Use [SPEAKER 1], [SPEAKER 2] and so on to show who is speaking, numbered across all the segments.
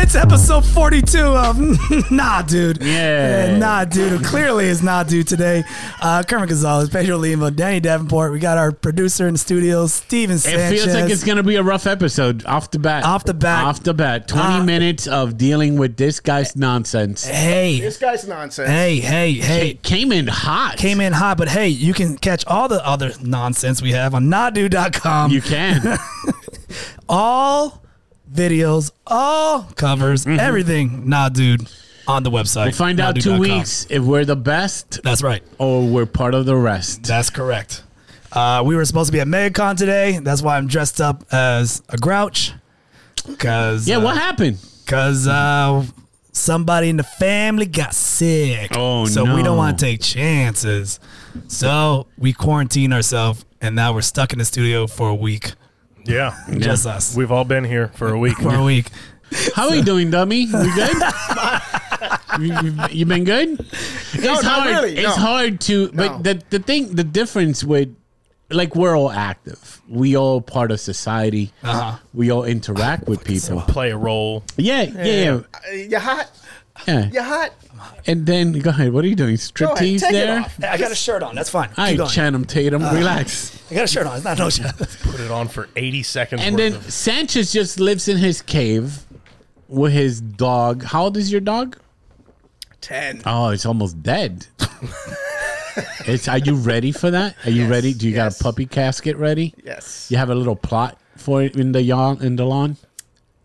[SPEAKER 1] It's episode 42 of Nah Dude.
[SPEAKER 2] Yay.
[SPEAKER 1] Uh, Nah Dude, who clearly is Nah Dude today. Uh, Kermit Gonzalez, Pedro Lima, Danny Davenport. We got our producer in the studio, Steven
[SPEAKER 2] It
[SPEAKER 1] Sanchez.
[SPEAKER 2] feels like it's going to be a rough episode off the bat.
[SPEAKER 1] Off the bat.
[SPEAKER 2] Off the bat. 20
[SPEAKER 1] Uh,
[SPEAKER 2] minutes of dealing with this guy's nonsense.
[SPEAKER 1] hey,
[SPEAKER 3] This guy's nonsense.
[SPEAKER 1] hey, hey, hey.
[SPEAKER 2] It came in hot.
[SPEAKER 1] Came in hot, but hey, you can catch all the other nonsense we have on nahdude.com.
[SPEAKER 2] You can.
[SPEAKER 1] all videos, all covers, everything Nah Dude on the website.
[SPEAKER 2] Mm-hmm. We'll find out two
[SPEAKER 1] nahdude.com.
[SPEAKER 2] weeks if we're the best
[SPEAKER 1] That's right.
[SPEAKER 2] or we're part of the rest.
[SPEAKER 1] That's correct. Uh, we were supposed to be at MegaCon today. That's why I'm dressed up as a grouch. Cause
[SPEAKER 2] Yeah,
[SPEAKER 1] uh,
[SPEAKER 2] what happened?
[SPEAKER 1] Cause uh, somebody in the family got sick.
[SPEAKER 2] Oh,
[SPEAKER 1] so we
[SPEAKER 2] no.
[SPEAKER 1] don't want to take chances. So we quarantine ourselves, and now we're stuck in the studio for a week.
[SPEAKER 3] Yeah.
[SPEAKER 1] Just us
[SPEAKER 3] We've all been here for a week.
[SPEAKER 1] for a week.
[SPEAKER 2] How are you doing, dummy? We good? you, you- you been good? It's
[SPEAKER 3] not
[SPEAKER 2] hard.
[SPEAKER 3] really,
[SPEAKER 2] It's
[SPEAKER 3] no.
[SPEAKER 2] hard to.
[SPEAKER 3] No.
[SPEAKER 2] But the the thing, the difference with, like, we're all active. We all part of society.
[SPEAKER 1] Uh-huh.
[SPEAKER 2] We all interact with people.
[SPEAKER 3] Play a role.
[SPEAKER 2] Yeah, yeah, yeah,
[SPEAKER 4] Uh,
[SPEAKER 3] You're hot.
[SPEAKER 2] yeah.
[SPEAKER 3] You're hot.
[SPEAKER 2] And then go ahead. What are you doing? Striptease
[SPEAKER 3] take it
[SPEAKER 2] there.
[SPEAKER 3] off.
[SPEAKER 1] I got a shirt on. That's fine.
[SPEAKER 2] All
[SPEAKER 1] Keep
[SPEAKER 2] right,
[SPEAKER 1] going.
[SPEAKER 2] Channing Tatum, relax.
[SPEAKER 1] I got a shirt on. It's not no shirt.
[SPEAKER 3] Put it on for 80 seconds.
[SPEAKER 2] And then
[SPEAKER 3] worth of-
[SPEAKER 2] Sanchez just lives in his cave with his dog. How old is your dog?
[SPEAKER 3] 10.
[SPEAKER 2] Oh, it's almost dead. it's. Are you ready for that? Are you ready? Do you got
[SPEAKER 3] yes.
[SPEAKER 2] a puppy casket ready?
[SPEAKER 3] Yes.
[SPEAKER 2] You have a little plot for it in the yawn in the lawn.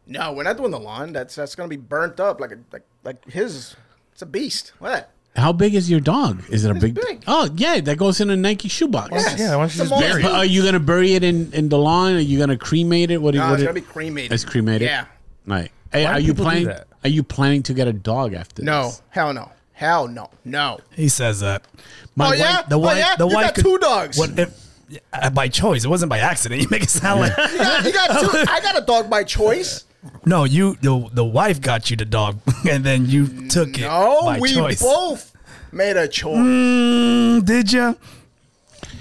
[SPEAKER 4] No, we're not doing the lawn. That's that's gonna be burnt up like a like like his. It's a beast. What?
[SPEAKER 2] How big is your dog? Is it a big?
[SPEAKER 4] big.
[SPEAKER 2] Oh yeah, that goes in a Nike shoebox.
[SPEAKER 4] Yes.
[SPEAKER 3] yeah, why don't you
[SPEAKER 4] It's
[SPEAKER 3] just
[SPEAKER 4] a
[SPEAKER 3] bury
[SPEAKER 4] monster.
[SPEAKER 2] But are you gonna bury it in, in the lawn? Are you gonna cremate it? What do you?
[SPEAKER 4] No,
[SPEAKER 2] what
[SPEAKER 4] it's
[SPEAKER 2] do-
[SPEAKER 4] gonna be cremated.
[SPEAKER 2] It's cremated.
[SPEAKER 4] Yeah.
[SPEAKER 2] Right. Hey,
[SPEAKER 3] Why do
[SPEAKER 2] are you
[SPEAKER 3] people do
[SPEAKER 2] planning?
[SPEAKER 3] that?
[SPEAKER 2] Are you planning to get a dog after
[SPEAKER 4] No.
[SPEAKER 2] this?
[SPEAKER 4] Hell no. Hell no. No.
[SPEAKER 1] he says that.
[SPEAKER 2] My
[SPEAKER 4] oh
[SPEAKER 2] wife-
[SPEAKER 4] yeah.
[SPEAKER 1] The
[SPEAKER 4] oh,
[SPEAKER 1] wife.
[SPEAKER 4] yeah?
[SPEAKER 1] The
[SPEAKER 4] you
[SPEAKER 1] wife.
[SPEAKER 4] got
[SPEAKER 1] could-
[SPEAKER 4] two dogs.
[SPEAKER 1] What if? uh, By choice, it wasn't by accident. You make it sound like
[SPEAKER 4] You got, you got two. I got a dog by choice.
[SPEAKER 1] no. You the the wife got you the dog, and then you took it.
[SPEAKER 4] No,
[SPEAKER 1] by
[SPEAKER 4] we
[SPEAKER 1] choice.
[SPEAKER 4] both made a choice.
[SPEAKER 1] Mm, did you?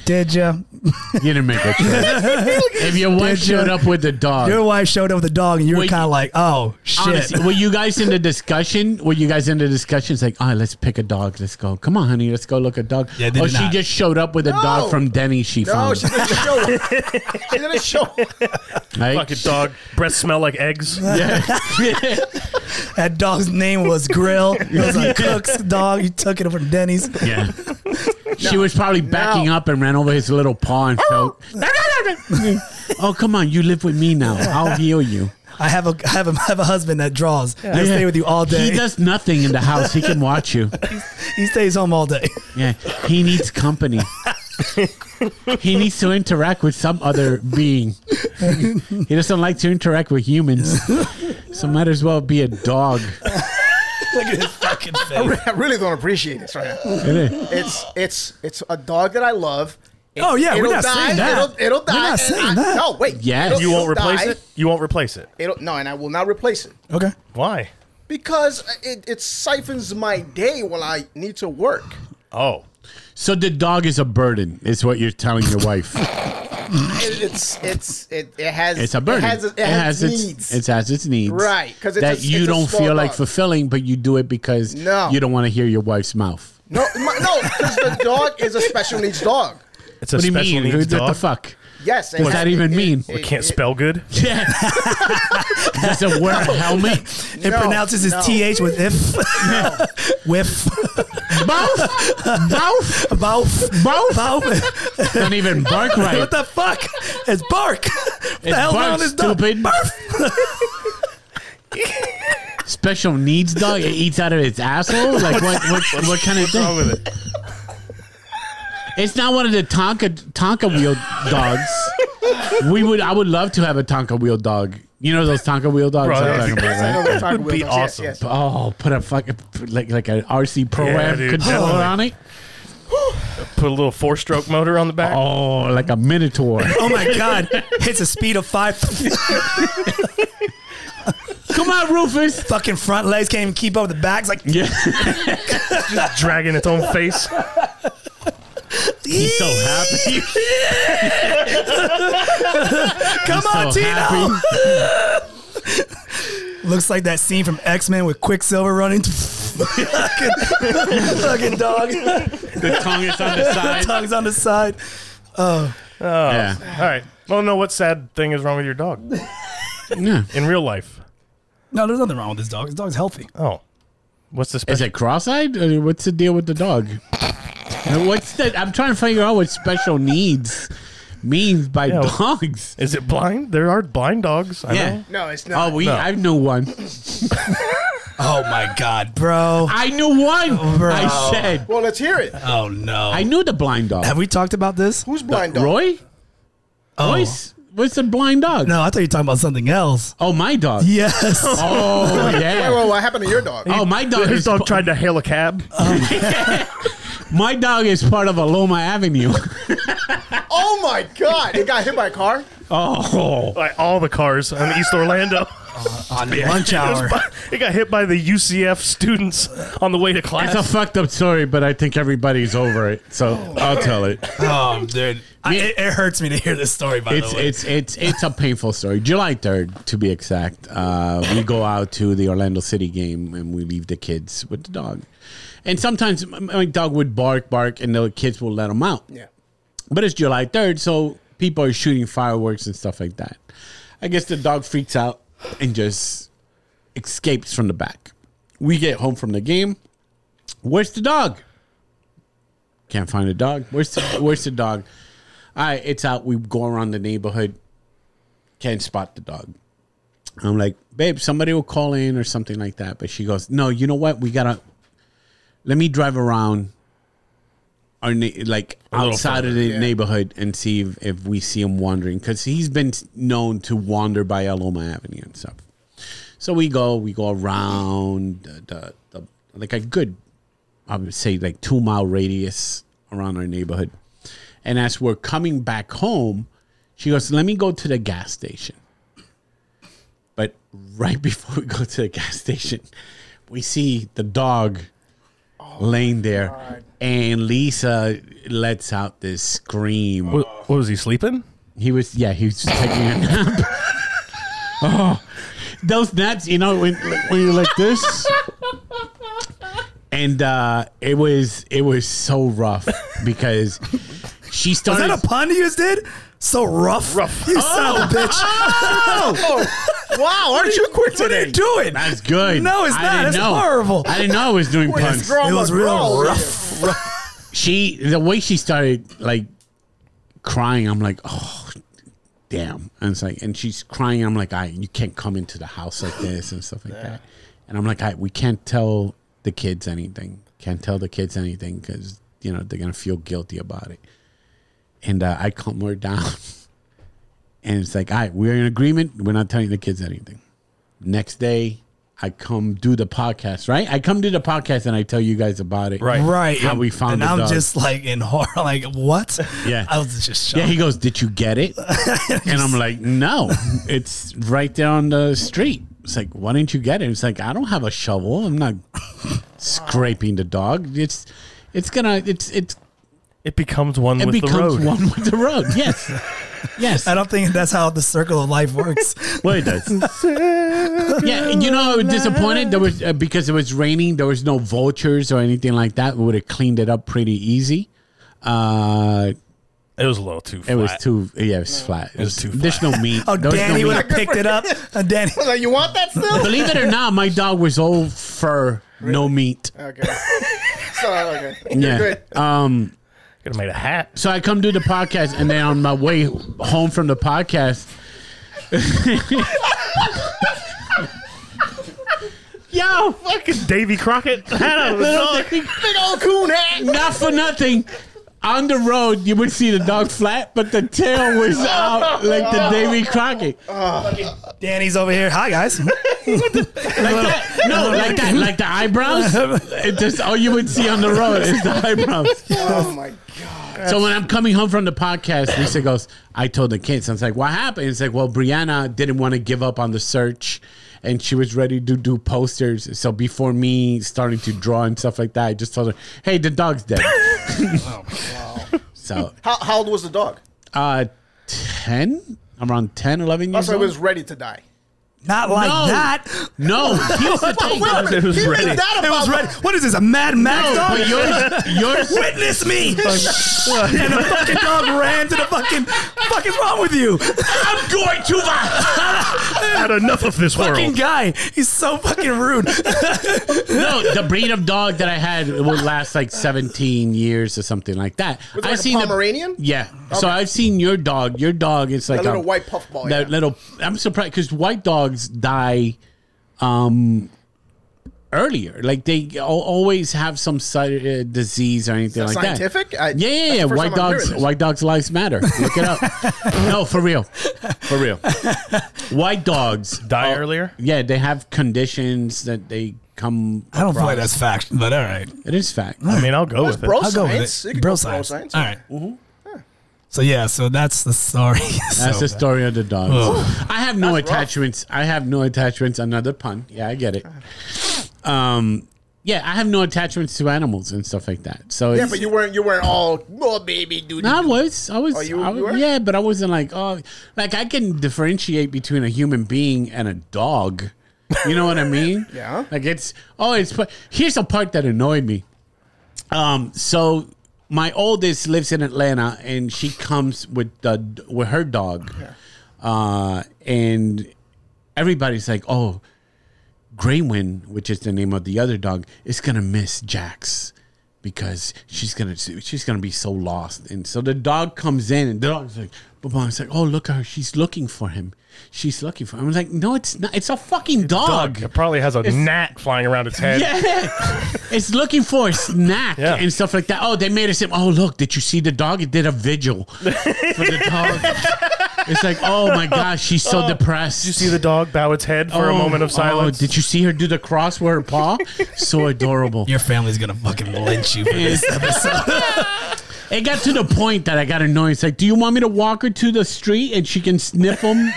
[SPEAKER 1] Did you?
[SPEAKER 2] You didn't make a choice. if your wife
[SPEAKER 1] Did you-
[SPEAKER 2] showed up with the dog,
[SPEAKER 1] Your wife showed up with a dog, and you were
[SPEAKER 2] Wait.
[SPEAKER 1] kind of like, "Oh shit!"
[SPEAKER 2] honestly, were you guys in the discussion? Were you guys in the discussion? It's like, all right, let's pick a dog. Let's go. Come on, honey, let's go look a dog.
[SPEAKER 1] Yeah, they
[SPEAKER 2] oh,
[SPEAKER 1] did
[SPEAKER 2] she
[SPEAKER 1] not.
[SPEAKER 2] just showed up with a dog
[SPEAKER 4] No.
[SPEAKER 2] from Denny. She
[SPEAKER 4] No,
[SPEAKER 2] found.
[SPEAKER 4] she didn't show. up. she didn't show. up.
[SPEAKER 2] right?
[SPEAKER 3] Fucking dog. Breath smell like eggs.
[SPEAKER 2] Yeah.
[SPEAKER 1] that dog's name was Grill. It was a cook's dog. You took it from Denny's.
[SPEAKER 2] yeah. She was probably backing
[SPEAKER 4] No.
[SPEAKER 2] up and ran over his little paw and felt. oh come on! You live with me now. I'll heal you.
[SPEAKER 1] I have a I have a, I have a husband that draws. I stay with you all day.
[SPEAKER 2] He does nothing in the house. He can watch you.
[SPEAKER 1] he stays home all day.
[SPEAKER 2] Yeah, he needs company. he needs to interact with some other being. he doesn't like to interact with humans, so might as well be a dog.
[SPEAKER 1] Look at his fucking
[SPEAKER 4] I
[SPEAKER 1] face.
[SPEAKER 4] re- I really don't appreciate this right now. It's it's it's a dog that I love. It-
[SPEAKER 1] Oh, yeah, we're
[SPEAKER 4] it'll
[SPEAKER 1] not
[SPEAKER 4] die,
[SPEAKER 1] saying that.
[SPEAKER 4] It'll, it'll die.
[SPEAKER 1] not
[SPEAKER 4] and
[SPEAKER 1] saying
[SPEAKER 4] I-
[SPEAKER 1] that.
[SPEAKER 4] No, wait.
[SPEAKER 2] Yes.
[SPEAKER 4] It'll-
[SPEAKER 3] You won't
[SPEAKER 4] it'll
[SPEAKER 3] replace
[SPEAKER 4] die.
[SPEAKER 3] it? You won't replace it.
[SPEAKER 4] It'll no, and I will not replace it.
[SPEAKER 1] Okay.
[SPEAKER 3] Why?
[SPEAKER 4] because it, it siphons my day while I need to work.
[SPEAKER 3] Oh.
[SPEAKER 2] So the dog is a burden, is what you're telling your wife.
[SPEAKER 4] It, it's it's it, it has
[SPEAKER 2] It's a burden.
[SPEAKER 4] It has, it has,
[SPEAKER 2] its
[SPEAKER 4] needs.
[SPEAKER 2] It has its needs.
[SPEAKER 4] Right, 'cause it's
[SPEAKER 2] that
[SPEAKER 4] a-
[SPEAKER 2] you
[SPEAKER 4] it's a
[SPEAKER 2] don't
[SPEAKER 4] small
[SPEAKER 2] feel like
[SPEAKER 4] dog.
[SPEAKER 2] fulfilling, but you do it because
[SPEAKER 4] No.
[SPEAKER 2] you don't want to hear your wife's mouth.
[SPEAKER 4] no, my, no, because the dog is a special needs dog.
[SPEAKER 3] It's a
[SPEAKER 2] What do you
[SPEAKER 3] special
[SPEAKER 2] mean?
[SPEAKER 3] needs
[SPEAKER 2] What
[SPEAKER 3] dog.
[SPEAKER 2] the fuck?
[SPEAKER 4] Yes.
[SPEAKER 2] What does that even mean?
[SPEAKER 3] It can't spell good.
[SPEAKER 2] Yeah. Does it wear a helmet?
[SPEAKER 1] It pronounces his th with if, whiff,
[SPEAKER 2] Mouth? Mouth?
[SPEAKER 1] bouf,
[SPEAKER 2] Mouth?
[SPEAKER 1] bouf.
[SPEAKER 2] Don't even bark right.
[SPEAKER 1] What the fuck? It's bark. What the
[SPEAKER 2] It's
[SPEAKER 1] hell's
[SPEAKER 2] bark,
[SPEAKER 1] wrong with this dog?
[SPEAKER 2] stupid. Special needs dog? It eats out of its asshole? Like what? What, what kind of
[SPEAKER 3] What's wrong
[SPEAKER 2] thing?
[SPEAKER 3] with it?
[SPEAKER 2] It's not one of the Tonka Tonka wheel dogs. We would. I would love to have a Tonka wheel dog. You know those Tonka wheel dogs.
[SPEAKER 3] Bro,
[SPEAKER 2] I'm
[SPEAKER 3] that's-
[SPEAKER 2] talking about, right?
[SPEAKER 4] It
[SPEAKER 3] would be awesome.
[SPEAKER 4] Yes, yes.
[SPEAKER 2] Oh, put a fucking like like an RC Pro
[SPEAKER 3] Yeah,
[SPEAKER 2] Am
[SPEAKER 3] dude,
[SPEAKER 2] controller
[SPEAKER 3] definitely.
[SPEAKER 2] on it.
[SPEAKER 3] Put a little four stroke motor on the back.
[SPEAKER 2] Oh, like a Minotaur.
[SPEAKER 1] Oh my god! Hits a speed of five.
[SPEAKER 2] Come on, Rufus.
[SPEAKER 1] Fucking front legs can't even keep up with the backs. Like
[SPEAKER 2] Yeah,
[SPEAKER 3] Dragging its own face.
[SPEAKER 2] he's so happy.
[SPEAKER 1] Come on,
[SPEAKER 2] so
[SPEAKER 1] Tino.
[SPEAKER 2] happy.
[SPEAKER 1] Looks like that scene from X Men with Quicksilver running. fucking, fucking dog.
[SPEAKER 2] The tongue is on the side.
[SPEAKER 1] Tongues on the side.
[SPEAKER 2] Yeah.
[SPEAKER 3] All right. Well, no. What sad thing is wrong with your dog
[SPEAKER 2] yeah.
[SPEAKER 3] in real life?
[SPEAKER 1] No, there's nothing wrong with this dog. This dog's healthy.
[SPEAKER 3] Oh, what's the
[SPEAKER 2] Is
[SPEAKER 3] special?
[SPEAKER 2] it cross-eyed? Or what's the deal with the dog? And what's the? I'm trying to figure out what special needs means by
[SPEAKER 3] Yeah.
[SPEAKER 2] dogs.
[SPEAKER 3] Is it blind? There are blind dogs. I
[SPEAKER 2] Yeah.
[SPEAKER 3] know.
[SPEAKER 4] No, it's
[SPEAKER 2] Oh,
[SPEAKER 4] not.
[SPEAKER 2] we. I know one.
[SPEAKER 1] Oh my god, bro.
[SPEAKER 2] I knew one.
[SPEAKER 1] Bro.
[SPEAKER 2] I said.
[SPEAKER 4] well, let's hear it.
[SPEAKER 1] Oh no.
[SPEAKER 2] I knew the blind dog.
[SPEAKER 1] Have we talked about this?
[SPEAKER 4] Who's blind dog?
[SPEAKER 2] Roy?
[SPEAKER 1] Oh.
[SPEAKER 2] Royce? What's a blind dog?
[SPEAKER 1] No, I thought you were talking about something else.
[SPEAKER 2] Oh, my dog.
[SPEAKER 1] Yes.
[SPEAKER 2] Oh, yeah.
[SPEAKER 4] Wait, wait, what happened to your dog?
[SPEAKER 2] Oh, my dog
[SPEAKER 3] His
[SPEAKER 2] is
[SPEAKER 3] dog tried to hail a cab.
[SPEAKER 2] my dog is part of Aloma Avenue.
[SPEAKER 4] Oh my god! It got hit by a car.
[SPEAKER 2] Oh,
[SPEAKER 3] like all the cars in East Orlando.
[SPEAKER 1] On lunch hour.
[SPEAKER 3] it got hit by the UCF students on the way to
[SPEAKER 2] it's a
[SPEAKER 3] class.
[SPEAKER 2] fucked up story, but I think everybody's over it, so I'll tell it.
[SPEAKER 1] Oh, dude. I,
[SPEAKER 2] Yeah.
[SPEAKER 1] it, it hurts me to hear this story, by
[SPEAKER 2] It's
[SPEAKER 1] the way.
[SPEAKER 2] it's it's it's a painful story. July third, to be exact, uh, we go out to the Orlando City game and we leave the kids with the dog, and sometimes my- my dog would bark, bark, and the kids will let him out.
[SPEAKER 4] Yeah.
[SPEAKER 2] But it's July 3rd, so people are shooting fireworks and stuff like that. I guess the dog freaks out and just escapes from the back. We get home from the game. Where's the dog? Can't find the dog. Where's the, where's the dog? All right, it's out. We go around the neighborhood. Can't spot the dog. I'm like, babe, somebody will call in or something like that. But she goes, no, you know what? We gotta. Let me drive around our na- like
[SPEAKER 3] little
[SPEAKER 2] outside of the neighborhood and see if, if we see him wandering because he's been s- known to wander by Aloma Avenue and stuff. So we go, we go around the, the, the like a good, I would say like two mile radius around our neighborhood, and as we're coming back home, she goes, "Let me go to the gas station." But right before we go to the gas station, we see the dog laying there, and Lisa lets out this scream.
[SPEAKER 3] What, what was he sleeping?
[SPEAKER 2] He was, yeah, he was taking a nap. oh, those naps, you know, when, when you're like this. And uh, it was it was so rough because she
[SPEAKER 1] Is
[SPEAKER 2] started.
[SPEAKER 1] that a pun you just did? So rough. Rough. You son of a bitch.
[SPEAKER 4] Oh, wow! Aren't you quick
[SPEAKER 1] What are
[SPEAKER 4] today?
[SPEAKER 1] you doing?
[SPEAKER 2] That's good.
[SPEAKER 1] No, it's
[SPEAKER 2] I
[SPEAKER 1] not.
[SPEAKER 2] didn't
[SPEAKER 1] That's
[SPEAKER 2] know.
[SPEAKER 1] horrible.
[SPEAKER 2] I didn't know I was doing puns.
[SPEAKER 4] Girl,
[SPEAKER 1] It was
[SPEAKER 4] girl,
[SPEAKER 1] real
[SPEAKER 4] girl.
[SPEAKER 1] rough.
[SPEAKER 2] she the way she started like crying i'm like oh damn and it's like and she's crying i'm like i you can't come into the house like this and stuff like that and i'm like I, we can't tell the kids anything can't tell the kids anything because you know they're gonna feel guilty about it and uh, i calm her down and it's like all right we're in agreement we're not telling the kids anything next day i come do the podcast right i come do the podcast and i tell you guys about it
[SPEAKER 3] Right.
[SPEAKER 1] Right.
[SPEAKER 2] How we found
[SPEAKER 1] And
[SPEAKER 2] the
[SPEAKER 1] I'm
[SPEAKER 2] dog.
[SPEAKER 1] just like in horror. Like, what?
[SPEAKER 2] Yeah.
[SPEAKER 1] I was just shocked.
[SPEAKER 2] Yeah, he goes, "Did you get it?" and I'm like, "No, it's right there on the street." It's like, "Why didn't you get it?" It's like, "I don't have a shovel. I'm not scraping the dog. It's, it's gonna, it's, it's,
[SPEAKER 3] It becomes one
[SPEAKER 2] it
[SPEAKER 3] with the
[SPEAKER 2] becomes
[SPEAKER 3] road.
[SPEAKER 2] one with the road. Yes, yes.
[SPEAKER 1] I don't think that's how the circle of life works.
[SPEAKER 2] Well, it does. yeah, and you know, I was disappointed. There was uh, because it was raining. There was no vultures or anything like that. We would have cleaned it up pretty easy. Uh,
[SPEAKER 3] It was a little too. Flat.
[SPEAKER 2] it was too. Yeah, it was flat. It was
[SPEAKER 3] too
[SPEAKER 2] There's no meat.
[SPEAKER 1] Oh,
[SPEAKER 2] There was no
[SPEAKER 1] Danny
[SPEAKER 2] meat.
[SPEAKER 1] would have picked it up. Uh, Danny.
[SPEAKER 4] I was like, you want that still?
[SPEAKER 2] Believe it or not, my dog was all fur, no meat.
[SPEAKER 4] okay. So okay.
[SPEAKER 2] Yeah.
[SPEAKER 4] Good.
[SPEAKER 1] Uh,
[SPEAKER 2] Um.
[SPEAKER 3] Could have made a hat.
[SPEAKER 2] So I come do the podcast, and then on my way home from the podcast, yo,
[SPEAKER 3] Fucking Davy Crockett hat on his dog.
[SPEAKER 4] Big old coon hat.
[SPEAKER 2] not for nothing. On the road, you would see the dog flat, but the tail was out like the Davy Crockett.
[SPEAKER 1] Danny's over here. Hi, guys.
[SPEAKER 2] Like that. No, like that. Like the eyebrows. It just all you would see on the road is the eyebrows.
[SPEAKER 4] Oh my god.
[SPEAKER 2] So when I'm coming home from the podcast, Lisa goes, I told the kids, I was like, what happened? It's like, well, Brianna didn't want to give up on the search and she was ready to do posters. So before me starting to draw and stuff like that, I just told her, hey, the dog's dead. So
[SPEAKER 4] How, how old was the dog?
[SPEAKER 2] uh, 10, around 10, 11
[SPEAKER 4] Oh,
[SPEAKER 2] years
[SPEAKER 4] so it
[SPEAKER 2] old.
[SPEAKER 4] was ready to die.
[SPEAKER 1] Not like
[SPEAKER 2] No.
[SPEAKER 1] that.
[SPEAKER 2] No, here's the
[SPEAKER 4] Wait
[SPEAKER 2] thing.
[SPEAKER 4] a minute.
[SPEAKER 3] It was
[SPEAKER 4] He made
[SPEAKER 3] ready.
[SPEAKER 4] that
[SPEAKER 1] It
[SPEAKER 4] about
[SPEAKER 1] was red. What is this? A Mad Max dog?
[SPEAKER 2] But yours, yours,
[SPEAKER 1] Witness me! and the fucking dog ran to the fucking. Fuck is wrong with you?
[SPEAKER 2] I'm going to the
[SPEAKER 3] Had enough of this
[SPEAKER 1] Fucking
[SPEAKER 3] world.
[SPEAKER 1] guy. He's so fucking rude.
[SPEAKER 2] no. The breed of dog that I had it would last like 17 years or something like that.
[SPEAKER 4] Was it like a Pomeranian?
[SPEAKER 2] yeah. So I've seen your dog. Your dog is like
[SPEAKER 4] That little
[SPEAKER 2] a
[SPEAKER 4] white puffball,
[SPEAKER 2] That
[SPEAKER 4] yeah.
[SPEAKER 2] little. I'm surprised because white dogs die. Um. Earlier, like they al- always have some side, uh, disease or anything
[SPEAKER 4] that
[SPEAKER 2] like
[SPEAKER 4] scientific?
[SPEAKER 2] that.
[SPEAKER 4] I-
[SPEAKER 2] yeah, yeah,
[SPEAKER 4] that's
[SPEAKER 2] yeah.
[SPEAKER 4] the first
[SPEAKER 2] White
[SPEAKER 4] time I'm
[SPEAKER 2] dogs,
[SPEAKER 4] hearing this.
[SPEAKER 2] white dogs' lives matter. Look it up. no, for real, for real. White dogs
[SPEAKER 3] Die
[SPEAKER 2] are-
[SPEAKER 3] earlier.
[SPEAKER 2] yeah, they have conditions that they come.
[SPEAKER 1] I don't feel like that's fact, but all right.
[SPEAKER 2] It is fact.
[SPEAKER 3] I mean, I'll go with it.
[SPEAKER 4] bro
[SPEAKER 1] I'll go with
[SPEAKER 4] science. You
[SPEAKER 1] it.
[SPEAKER 4] could
[SPEAKER 1] Bro
[SPEAKER 4] go
[SPEAKER 1] science.
[SPEAKER 4] science.
[SPEAKER 1] All right. So, yeah, so Mm-hmm. that's the story.
[SPEAKER 2] That's
[SPEAKER 1] So-
[SPEAKER 2] the story of the dogs. I have no
[SPEAKER 4] That's rough.
[SPEAKER 2] attachments. I have no attachments. Another pun. Yeah, I get it. Um, yeah, I have no attachments to animals and stuff like that. So
[SPEAKER 4] Yeah,
[SPEAKER 2] it's,
[SPEAKER 4] but you weren't you weren't all oh baby dude.
[SPEAKER 2] No, I was. I was.
[SPEAKER 4] you-
[SPEAKER 2] I was-
[SPEAKER 4] you were?
[SPEAKER 2] yeah, but I wasn't like, oh, like I can differentiate between a human being and a dog. You know what I mean?
[SPEAKER 4] Yeah.
[SPEAKER 2] Like it's, oh, it's, but here's a part that annoyed me. Um, so my oldest lives in Atlanta and she comes with the, with her dog. Uh, and everybody's like, oh, Graywin, which is the name of the other dog, is gonna miss Jax because she's gonna she's gonna be so lost. And so the dog comes in, and the dog's like, "But mom's like, oh look at her, she's looking for him. She's looking for him." I'm like, "No, it's not. It's a fucking dog.
[SPEAKER 3] It probably has a gnat flying around its head.
[SPEAKER 2] Yeah, it's looking for a snack
[SPEAKER 3] Yeah.
[SPEAKER 2] and stuff like that. Oh, they made us. Oh, look, did you see the dog? It did a vigil for the dog." It's like, oh my gosh, she's so depressed.
[SPEAKER 3] Did you see the dog bow its head for a
[SPEAKER 2] Oh,
[SPEAKER 3] moment of
[SPEAKER 2] Oh,
[SPEAKER 3] silence?
[SPEAKER 2] did you see her do the cross with her paw? so adorable.
[SPEAKER 1] Your family's going to fucking lynch you for this episode.
[SPEAKER 2] It got to the point that I got annoyed. It's like, do you want me to walk her to the street and she can sniff them?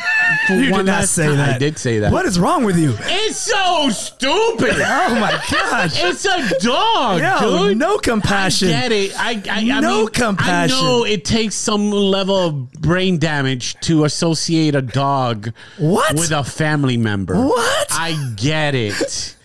[SPEAKER 2] For
[SPEAKER 1] You did not say
[SPEAKER 2] time?
[SPEAKER 1] that.
[SPEAKER 2] I did say that.
[SPEAKER 1] What is wrong with you?
[SPEAKER 2] It's so stupid.
[SPEAKER 1] Oh, my gosh.
[SPEAKER 2] it's a dog,
[SPEAKER 1] Yo,
[SPEAKER 2] dude.
[SPEAKER 1] no compassion.
[SPEAKER 2] Get it? I, I, I
[SPEAKER 1] No
[SPEAKER 2] mean,
[SPEAKER 1] compassion.
[SPEAKER 2] I know it takes some level of brain damage to associate a dog
[SPEAKER 1] What?
[SPEAKER 2] with a family member.
[SPEAKER 1] What?
[SPEAKER 2] I get it.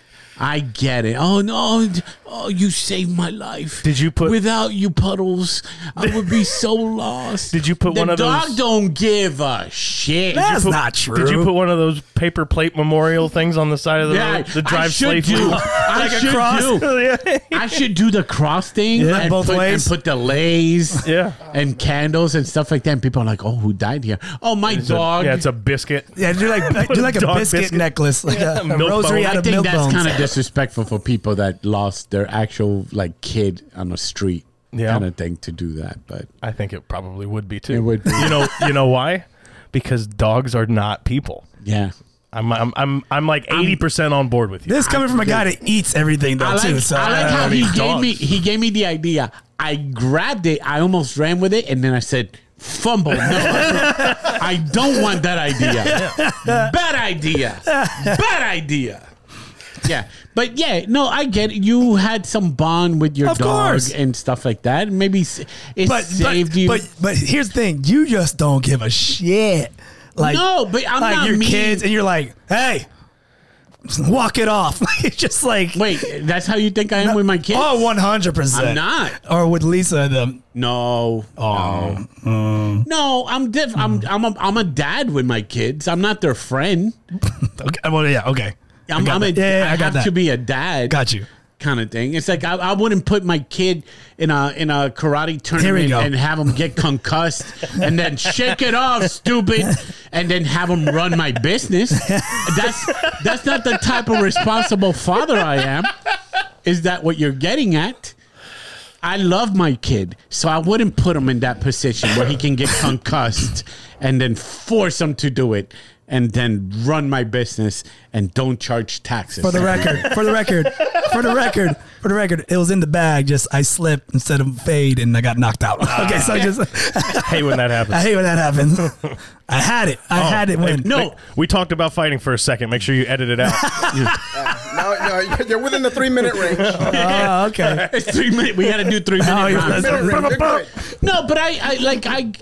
[SPEAKER 2] I get it. Oh no! Oh, you saved my life.
[SPEAKER 3] Did you put-
[SPEAKER 2] without you puddles? I would be so lost.
[SPEAKER 3] Did you put
[SPEAKER 2] the
[SPEAKER 3] one of
[SPEAKER 2] dog
[SPEAKER 3] those-
[SPEAKER 2] don't give a shit.
[SPEAKER 1] That's not true.
[SPEAKER 3] Did you put one of those paper plate memorial things on the side of the
[SPEAKER 2] Yeah,
[SPEAKER 3] road? The
[SPEAKER 2] I
[SPEAKER 3] drive
[SPEAKER 2] should
[SPEAKER 3] safely.
[SPEAKER 2] do. I
[SPEAKER 3] like
[SPEAKER 2] should
[SPEAKER 3] a cross.
[SPEAKER 2] do.
[SPEAKER 3] yeah.
[SPEAKER 2] I should do the cross thing
[SPEAKER 1] Yeah,
[SPEAKER 2] and,
[SPEAKER 1] both
[SPEAKER 2] put,
[SPEAKER 1] ways.
[SPEAKER 2] and put the lays
[SPEAKER 3] Yeah.
[SPEAKER 2] and candles and stuff like that. And people are like, "Oh, who died here? Oh, my
[SPEAKER 3] It's a-
[SPEAKER 2] dog."
[SPEAKER 3] yeah, it's a biscuit.
[SPEAKER 1] Yeah, do like do like a
[SPEAKER 3] Dog
[SPEAKER 1] biscuit,
[SPEAKER 3] biscuit.
[SPEAKER 1] necklace, like a, a
[SPEAKER 3] Milk
[SPEAKER 1] rosary
[SPEAKER 3] bone.
[SPEAKER 1] out
[SPEAKER 2] I
[SPEAKER 1] of
[SPEAKER 2] think
[SPEAKER 1] milk
[SPEAKER 2] that's
[SPEAKER 1] bones.
[SPEAKER 2] kind of disrespectful for people that lost their actual like kid on the street,
[SPEAKER 3] Yeah.
[SPEAKER 2] kind of thing to do that. But
[SPEAKER 3] I think it probably would be too.
[SPEAKER 2] It would be.
[SPEAKER 3] You know, you know why? Because dogs are not people.
[SPEAKER 2] yeah,
[SPEAKER 3] I'm I'm I'm, I'm like 80% on board with you.
[SPEAKER 1] this coming from a guy that eats everything though
[SPEAKER 2] I like,
[SPEAKER 1] too. So uh,
[SPEAKER 2] I like
[SPEAKER 1] don't
[SPEAKER 2] how
[SPEAKER 1] know.
[SPEAKER 2] he
[SPEAKER 3] these
[SPEAKER 2] gave me
[SPEAKER 3] dogs.
[SPEAKER 2] he gave me the idea. I grabbed it. I almost ran with it, and then I said, "Fumble! No, I don't want that idea. Bad idea. Bad idea." Yeah, but yeah, no, I get it. You had some bond with your
[SPEAKER 1] Of
[SPEAKER 2] dog
[SPEAKER 1] course.
[SPEAKER 2] and stuff like that. Maybe s- it
[SPEAKER 1] but,
[SPEAKER 2] saved
[SPEAKER 1] but,
[SPEAKER 2] you.
[SPEAKER 1] but but here's the thing: you just don't give a shit. Like
[SPEAKER 2] No, but I'm
[SPEAKER 1] like
[SPEAKER 2] not
[SPEAKER 1] your
[SPEAKER 2] mean.
[SPEAKER 1] kids, and you're like, hey, walk it off. Like it's just like
[SPEAKER 2] Wait, that's how you think I am with my kids?
[SPEAKER 1] oh, one hundred percent.
[SPEAKER 2] I'm not.
[SPEAKER 1] Or with Lisa and them.
[SPEAKER 2] No.
[SPEAKER 1] Oh, Hmm.
[SPEAKER 2] No, I'm diff- I'm I'm a, I'm a dad with my kids. I'm not their friend.
[SPEAKER 1] okay. Well, yeah, okay. I
[SPEAKER 2] I'm,
[SPEAKER 1] got
[SPEAKER 2] I'm a,
[SPEAKER 1] that. yeah, yeah, I,
[SPEAKER 2] I
[SPEAKER 1] got
[SPEAKER 2] have
[SPEAKER 1] that.
[SPEAKER 2] to be a dad.
[SPEAKER 1] got you.
[SPEAKER 2] Kind of thing. It's like I, I wouldn't put my kid in a in a karate tournament
[SPEAKER 1] go.
[SPEAKER 2] and have him get concussed and then shake it off, stupid, and then have him run my business. That's that's not the type of responsible father I am. Is that what you're getting at? I love my kid, so I wouldn't put him in that position where he can get concussed and then force him to do it and then run my business and don't charge taxes.
[SPEAKER 1] For the record, for the record, for the record, for the record, it was in the bag. Just I slipped instead of fade, and I got knocked out. Okay, so just
[SPEAKER 3] Hey, when that happens. Oh,
[SPEAKER 1] I hate when that happens. I had it. I had it when
[SPEAKER 2] no.
[SPEAKER 3] Wait, we talked about fighting for a second. Make sure you edit it out.
[SPEAKER 4] No, no, you're- you're within the three minute range.
[SPEAKER 1] Oh, okay.
[SPEAKER 2] It's three minutes. We got to do three
[SPEAKER 1] Oh,
[SPEAKER 2] minutes.
[SPEAKER 1] yeah.
[SPEAKER 4] Minute range, you're good.
[SPEAKER 2] No, but I, I like I.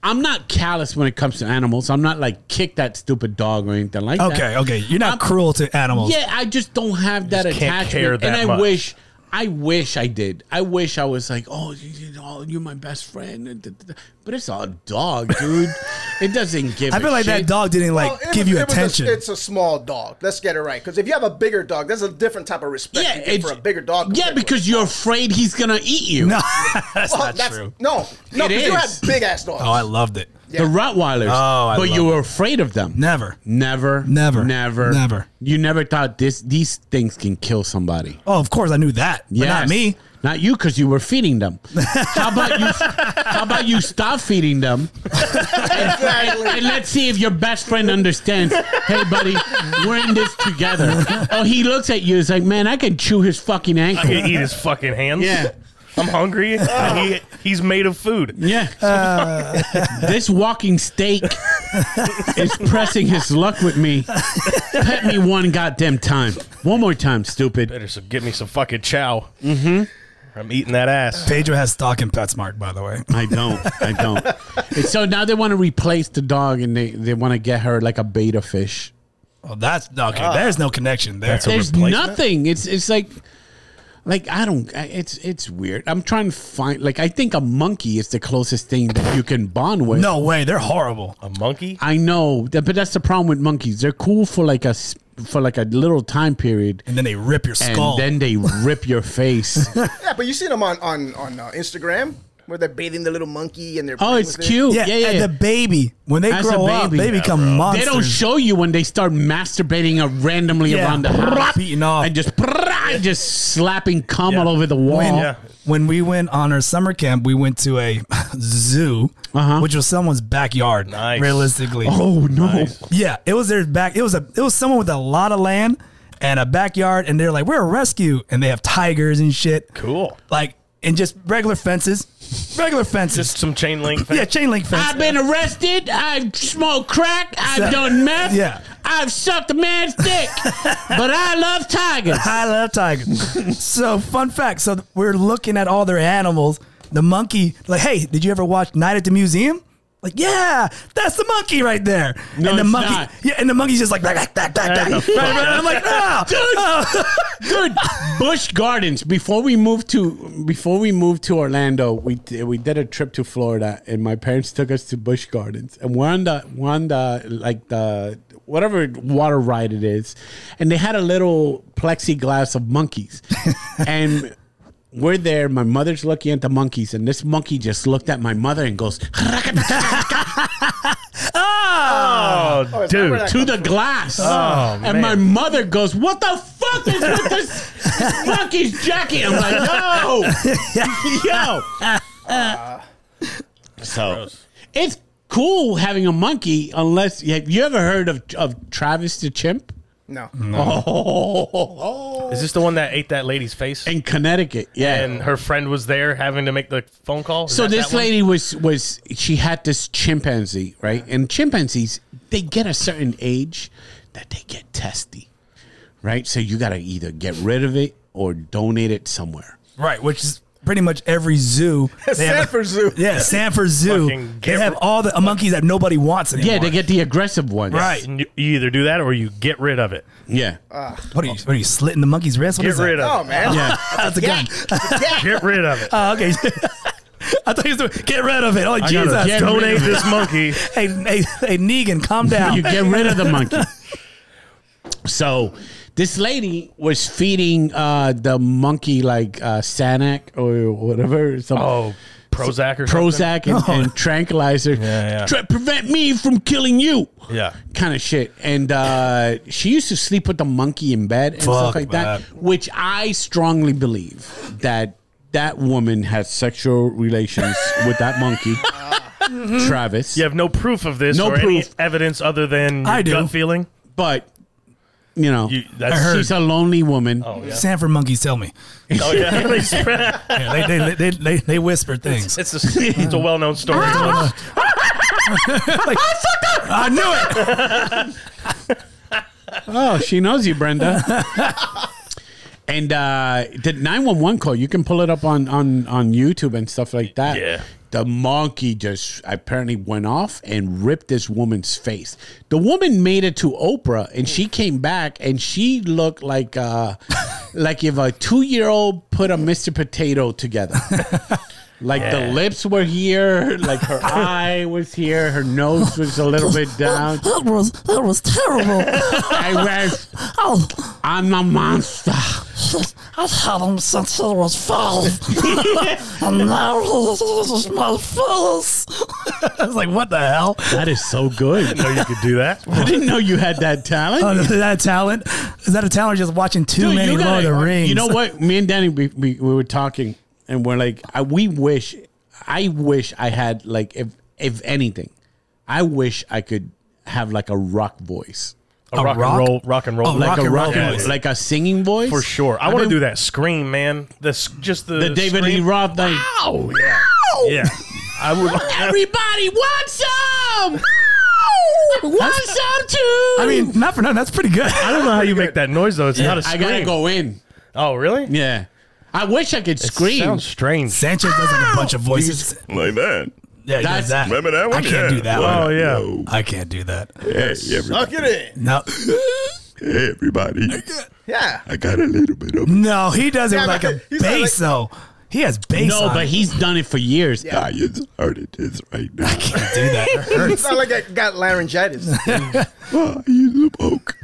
[SPEAKER 2] I'm not callous when it comes to animals. I'm not like kick that stupid dog or anything like that.
[SPEAKER 1] Okay, okay. You're not cruel to animals.
[SPEAKER 2] Yeah, I just don't have that
[SPEAKER 3] just can't
[SPEAKER 2] attachment,
[SPEAKER 3] care that
[SPEAKER 2] and I
[SPEAKER 3] much.
[SPEAKER 2] wish, I wish I did. I wish I was like, oh, you, you know, you're my best friend. and da- da- da. But it's a dog, dude. it doesn't give.
[SPEAKER 1] I feel
[SPEAKER 2] a
[SPEAKER 1] like that
[SPEAKER 2] shit.
[SPEAKER 1] dog didn't like
[SPEAKER 4] Well, it
[SPEAKER 1] give
[SPEAKER 4] was-
[SPEAKER 1] you
[SPEAKER 4] it was a-
[SPEAKER 1] attention.
[SPEAKER 4] it's a small dog. Let's get it right. Because if you have a bigger dog, that's a different type of respect you get for a bigger dog.
[SPEAKER 2] Yeah,
[SPEAKER 4] compared to a
[SPEAKER 2] because you're afraid he's gonna eat you.
[SPEAKER 1] no,
[SPEAKER 4] Well,
[SPEAKER 1] not true.
[SPEAKER 4] No, no,
[SPEAKER 2] It
[SPEAKER 4] because
[SPEAKER 2] is.
[SPEAKER 4] you have big ass dogs.
[SPEAKER 1] oh, I loved it.
[SPEAKER 2] The Rottweilers.
[SPEAKER 1] Oh, I
[SPEAKER 2] but
[SPEAKER 1] love
[SPEAKER 2] you were afraid of them.
[SPEAKER 1] Never.
[SPEAKER 2] Never.
[SPEAKER 1] Never.
[SPEAKER 2] Never.
[SPEAKER 1] Never.
[SPEAKER 2] You never thought this these things can kill somebody.
[SPEAKER 1] Oh, of course I knew that. But
[SPEAKER 2] Yes.
[SPEAKER 1] not me.
[SPEAKER 2] Not you, because you were feeding them. How about you? How about you stop feeding them,
[SPEAKER 4] exactly.
[SPEAKER 2] and let's see if your best friend understands. Hey, buddy, we're in this together. Oh, he looks at you. It's like, man, I can chew his fucking
[SPEAKER 3] I
[SPEAKER 2] ankle.
[SPEAKER 3] can eat his fucking hands.
[SPEAKER 2] Yeah.
[SPEAKER 3] I'm hungry. and he, he's made of food.
[SPEAKER 2] Yeah. Uh. this walking steak is pressing his luck with me. Pet me one goddamn time. One more time, stupid.
[SPEAKER 3] Better so get me some fucking chow. Mm-hmm. I'm eating that ass.
[SPEAKER 1] Pedro has stock in PetSmart, by the way.
[SPEAKER 2] I don't. I don't. And so now they want to replace the dog and they, they want to get her like a beta fish.
[SPEAKER 1] Oh, that's okay.
[SPEAKER 4] Ah.
[SPEAKER 1] there's no connection there.
[SPEAKER 3] That's a-
[SPEAKER 2] There's
[SPEAKER 3] replacement?
[SPEAKER 2] nothing. It's it's like like I don't I- it's it's weird. I'm trying to find like I think a monkey is the closest thing that you can bond with.
[SPEAKER 1] no way. They're horrible.
[SPEAKER 3] A monkey?
[SPEAKER 2] I know, that, but that's the problem with monkeys. They're cool for like a s- for like a little time period.
[SPEAKER 1] And then they rip your
[SPEAKER 2] and
[SPEAKER 1] skull.
[SPEAKER 2] then they rip your face.
[SPEAKER 4] yeah, but you see them on on on uh, Instagram where they're bathing the little monkey and they're
[SPEAKER 2] oh,
[SPEAKER 4] playing
[SPEAKER 2] it's
[SPEAKER 4] with it.
[SPEAKER 2] cute.
[SPEAKER 1] yeah,
[SPEAKER 2] Yeah, yeah.
[SPEAKER 1] and the baby when they
[SPEAKER 2] As a
[SPEAKER 1] grow up,
[SPEAKER 2] baby.
[SPEAKER 1] they
[SPEAKER 2] Yeah,
[SPEAKER 1] become
[SPEAKER 2] they
[SPEAKER 1] monsters.
[SPEAKER 2] don't show you when they start masturbating uh, randomly
[SPEAKER 1] Yeah.
[SPEAKER 2] around the house,
[SPEAKER 1] Beating off.
[SPEAKER 2] and just and just slapping cum all over the wall.
[SPEAKER 1] when,
[SPEAKER 3] Yeah.
[SPEAKER 1] when we went on our summer camp, we went to a zoo,
[SPEAKER 2] Uh-huh.
[SPEAKER 1] which was someone's backyard.
[SPEAKER 3] Nice.
[SPEAKER 1] Realistically,
[SPEAKER 2] Oh no!
[SPEAKER 1] yeah, it was their back. It was a it was someone with a lot of land and a backyard, and they're like, we're a rescue, and they have tigers and shit,
[SPEAKER 3] Cool.
[SPEAKER 1] like and just regular fences, regular fences.
[SPEAKER 3] Just some chain link fence.
[SPEAKER 1] yeah, chain link fence.
[SPEAKER 2] I've been arrested. I've smoked crack. I've
[SPEAKER 1] So-
[SPEAKER 2] done meth.
[SPEAKER 1] Yeah.
[SPEAKER 2] I've sucked a man's dick. but I love tigers.
[SPEAKER 1] I love tigers. so fun fact. So we're looking at all their animals. The monkey, like, hey, did you ever watch Night at the Museum? Like, yeah, that's the monkey right there.
[SPEAKER 2] No,
[SPEAKER 1] and the
[SPEAKER 2] it's
[SPEAKER 1] monkey,
[SPEAKER 2] not.
[SPEAKER 1] yeah, and the monkey's just like, that, that, that, that,
[SPEAKER 3] That's
[SPEAKER 1] that.
[SPEAKER 3] a
[SPEAKER 1] Right, right. I'm like, ah,
[SPEAKER 2] Dude, Bush Gardens. Before we moved to before we moved to Orlando, we did, we did a trip to Florida, and my parents took us to Bush Gardens, and we're on the we're on the like the whatever water ride it is, and they had a little plexiglass of monkeys, and. We're there. My mother's looking at the monkeys, and this monkey just looked at my mother and goes
[SPEAKER 3] Oh,
[SPEAKER 4] Oh, is that where
[SPEAKER 3] dude.
[SPEAKER 4] that
[SPEAKER 2] to the glass.
[SPEAKER 3] Oh,
[SPEAKER 2] and
[SPEAKER 3] man.
[SPEAKER 2] my mother goes, "What the fuck is with this monkey's jacket?" I'm like, "Yo, yo." so it's cool having a monkey, unless have you ever heard of of Travis the chimp?
[SPEAKER 4] No.
[SPEAKER 1] Mm.
[SPEAKER 2] Oh,
[SPEAKER 3] Is this the one that ate that lady's face?
[SPEAKER 2] in Connecticut, yeah.
[SPEAKER 3] and her friend was there having to make the phone call. Is
[SPEAKER 2] so
[SPEAKER 3] that
[SPEAKER 2] this
[SPEAKER 3] that one?
[SPEAKER 2] lady was was she had this chimpanzee, right? And chimpanzees, they get a certain age that they get testy, right? So you got to either get rid of it or donate it somewhere.
[SPEAKER 1] right, which is pretty much every zoo. They have a-
[SPEAKER 4] Sanford Zoo.
[SPEAKER 1] Yeah, Sanford Zoo.
[SPEAKER 3] Fucking
[SPEAKER 1] They
[SPEAKER 3] get
[SPEAKER 1] have
[SPEAKER 3] rid-
[SPEAKER 1] all the monkeys that nobody wants anymore.
[SPEAKER 2] Yeah, they get the aggressive ones.
[SPEAKER 1] Right.
[SPEAKER 3] And You you either do that or you get rid of it.
[SPEAKER 2] Yeah.
[SPEAKER 3] Uh.
[SPEAKER 1] What are you? What are you slitting the monkey's wrist? What
[SPEAKER 3] Get rid
[SPEAKER 4] Oh
[SPEAKER 3] of it.
[SPEAKER 4] man.
[SPEAKER 2] Yeah.
[SPEAKER 1] That's a gun.
[SPEAKER 3] Get rid of it.
[SPEAKER 1] Oh, okay. I thought he was doing, get rid of it. Oh, Jesus.
[SPEAKER 2] get rid
[SPEAKER 3] Donate this monkey.
[SPEAKER 1] Hey, hey, hey, Negan, calm down.
[SPEAKER 2] you get rid of the monkey. So this lady was feeding uh, the monkey like uh, Sanac or whatever. Some,
[SPEAKER 3] Oh, Prozac or something?
[SPEAKER 2] Prozac and, and tranquilizer.
[SPEAKER 3] yeah.
[SPEAKER 2] Try- prevent me from killing you.
[SPEAKER 3] Yeah.
[SPEAKER 2] Kind of shit. And uh, she used to sleep with the monkey in bed and stuff
[SPEAKER 1] Fuck
[SPEAKER 2] like
[SPEAKER 1] that.
[SPEAKER 2] that, which I strongly believe that that woman had sexual relations with that monkey, Travis.
[SPEAKER 3] You have no proof of this
[SPEAKER 2] No
[SPEAKER 3] or any
[SPEAKER 2] proof.
[SPEAKER 3] evidence other than your
[SPEAKER 1] I do.
[SPEAKER 3] gut feeling.
[SPEAKER 2] But, you know,
[SPEAKER 3] You, that's
[SPEAKER 1] I heard.
[SPEAKER 2] she's a lonely woman.
[SPEAKER 1] Sanford monkeys tell me.
[SPEAKER 3] Oh, yeah. They spread-
[SPEAKER 1] Yeah, they, they, they, they, they whisper things.
[SPEAKER 3] it's, a, it's a well-known story.
[SPEAKER 1] Like, I knew it.
[SPEAKER 2] Oh, she knows you, Brenda. and uh, the nine one one call, you can pull it up on on on YouTube and stuff like that.
[SPEAKER 3] Yeah.
[SPEAKER 2] The monkey just apparently went off and ripped this woman's face. The woman made it to Oprah, and she came back, and she looked like uh, like if a two year old put a Mr. Potato together. Like the lips were here, like her eye was here, her nose was a little bit down.
[SPEAKER 1] That was that was terrible.
[SPEAKER 2] I was,
[SPEAKER 1] oh,
[SPEAKER 2] I'm a monster.
[SPEAKER 1] I've had him since I was five, and now this is my first. I was like, what the hell?
[SPEAKER 2] That is so good.
[SPEAKER 3] know you could do that.
[SPEAKER 2] I didn't know you had that talent.
[SPEAKER 1] Oh, is that a talent? Is that a talent? Or just watching too
[SPEAKER 2] Dude,
[SPEAKER 1] many
[SPEAKER 2] you
[SPEAKER 1] Lord of the
[SPEAKER 2] gotta-
[SPEAKER 1] Rings.
[SPEAKER 2] You know what? Me and Danny, we, we, we were talking, and we're like, I, we wish, I wish I had like, if if anything, I wish I could have like a rock voice,
[SPEAKER 3] A, rock,
[SPEAKER 1] rock?
[SPEAKER 3] and roll, rock and roll,
[SPEAKER 1] Oh,
[SPEAKER 2] like
[SPEAKER 1] Rock
[SPEAKER 2] a
[SPEAKER 1] and
[SPEAKER 2] rock,
[SPEAKER 1] roll
[SPEAKER 2] and-
[SPEAKER 3] voice.
[SPEAKER 2] like a singing voice
[SPEAKER 3] for sure. I
[SPEAKER 2] I've
[SPEAKER 3] want to
[SPEAKER 2] been-
[SPEAKER 3] do that scream, man. This just the
[SPEAKER 2] The David Lee
[SPEAKER 3] scream.
[SPEAKER 2] Roth thing.
[SPEAKER 3] Oh yeah, yeah. I would.
[SPEAKER 2] Everybody wants some. wants some too.
[SPEAKER 1] I mean, not for nothing. That's pretty good.
[SPEAKER 3] I don't know how you make that noise though. It's not a
[SPEAKER 2] I
[SPEAKER 3] scream.
[SPEAKER 2] gotta go in.
[SPEAKER 3] Oh really?
[SPEAKER 2] Yeah, I wish I could scream.
[SPEAKER 3] Sounds strange.
[SPEAKER 1] Sanchez does like a bunch of voices.
[SPEAKER 5] My man.
[SPEAKER 1] Yeah, he does
[SPEAKER 2] That's-
[SPEAKER 1] that.
[SPEAKER 5] Remember that one?
[SPEAKER 1] I can't do that
[SPEAKER 3] Oh
[SPEAKER 1] one.
[SPEAKER 3] yeah.
[SPEAKER 1] I can't do that.
[SPEAKER 5] Hey,
[SPEAKER 4] Suck
[SPEAKER 5] everybody.
[SPEAKER 4] it in.
[SPEAKER 1] No,
[SPEAKER 5] Hey, everybody.
[SPEAKER 4] Yeah.
[SPEAKER 5] I got a little bit of.
[SPEAKER 1] no, he does it
[SPEAKER 4] Yeah,
[SPEAKER 1] with like
[SPEAKER 4] but
[SPEAKER 1] a
[SPEAKER 4] he's not
[SPEAKER 1] bass though. He has bass.
[SPEAKER 2] no,
[SPEAKER 1] on
[SPEAKER 2] but
[SPEAKER 1] it.
[SPEAKER 2] he's done it for years.
[SPEAKER 5] I just heard it is right now.
[SPEAKER 1] Can't do that. It
[SPEAKER 4] It's
[SPEAKER 1] hurts.
[SPEAKER 4] not like I got laryngitis.
[SPEAKER 5] Ah, you the poke.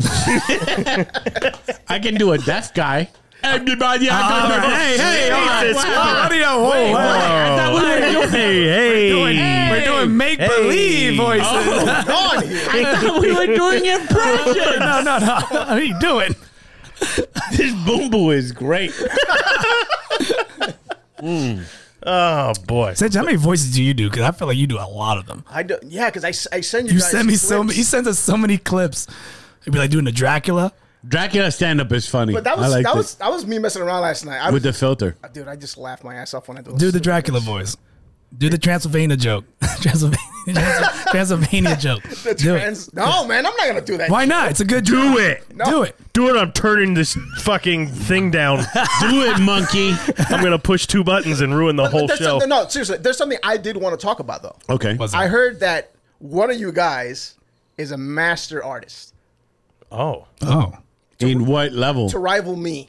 [SPEAKER 2] I can do a deaf guy. Everybody, I
[SPEAKER 1] All
[SPEAKER 2] can
[SPEAKER 1] right.
[SPEAKER 2] do
[SPEAKER 1] Hey, hey, all right.
[SPEAKER 3] Jesus
[SPEAKER 1] Wow. What
[SPEAKER 3] Christ.
[SPEAKER 1] do you- whoa,
[SPEAKER 3] Hey,
[SPEAKER 1] whoa.
[SPEAKER 2] thought we were doing-
[SPEAKER 3] hey,
[SPEAKER 1] doing-
[SPEAKER 3] hey.
[SPEAKER 1] We're doing make
[SPEAKER 3] Hey.
[SPEAKER 1] believe voices.
[SPEAKER 4] on here.
[SPEAKER 2] I thought we were doing impressions.
[SPEAKER 1] no, no, no. What are you doing?
[SPEAKER 2] this boom boo is great.
[SPEAKER 3] Oh boy.
[SPEAKER 1] Sanjay, how many voices do you do? Because I feel like you do a lot of them.
[SPEAKER 4] I do, yeah, because I, s- I send you.
[SPEAKER 1] You
[SPEAKER 4] guys
[SPEAKER 1] send me so many.
[SPEAKER 4] clips.
[SPEAKER 1] He sends us so many clips. He'd be like doing the Dracula.
[SPEAKER 2] Dracula stand up is funny.
[SPEAKER 4] But that was
[SPEAKER 2] I like
[SPEAKER 4] that
[SPEAKER 2] it.
[SPEAKER 4] was that was me messing around last night. I
[SPEAKER 2] with
[SPEAKER 4] was, oh,
[SPEAKER 2] the filter.
[SPEAKER 4] dude, I just laughed my ass off when I
[SPEAKER 1] Do the Dracula voice. Do the Transylvania joke. Transylvania, Trans- Transylvania joke.
[SPEAKER 4] The
[SPEAKER 1] do it.
[SPEAKER 4] trans- no, man, I'm not gonna do that.
[SPEAKER 1] Why not? It's a good
[SPEAKER 3] Do
[SPEAKER 1] joke.
[SPEAKER 3] it.
[SPEAKER 1] Do it.
[SPEAKER 3] Do it. I'm turning this fucking thing down.
[SPEAKER 2] Do it, monkey.
[SPEAKER 3] I'm gonna push two buttons and ruin the whole
[SPEAKER 4] There's
[SPEAKER 3] show.
[SPEAKER 4] something- No, seriously, there's something I did want to talk about though.
[SPEAKER 2] Okay.
[SPEAKER 1] What's
[SPEAKER 4] I
[SPEAKER 1] that?
[SPEAKER 4] heard that one of you guys is a master artist
[SPEAKER 3] Oh,
[SPEAKER 1] Oh.
[SPEAKER 2] In what level?
[SPEAKER 4] to rival me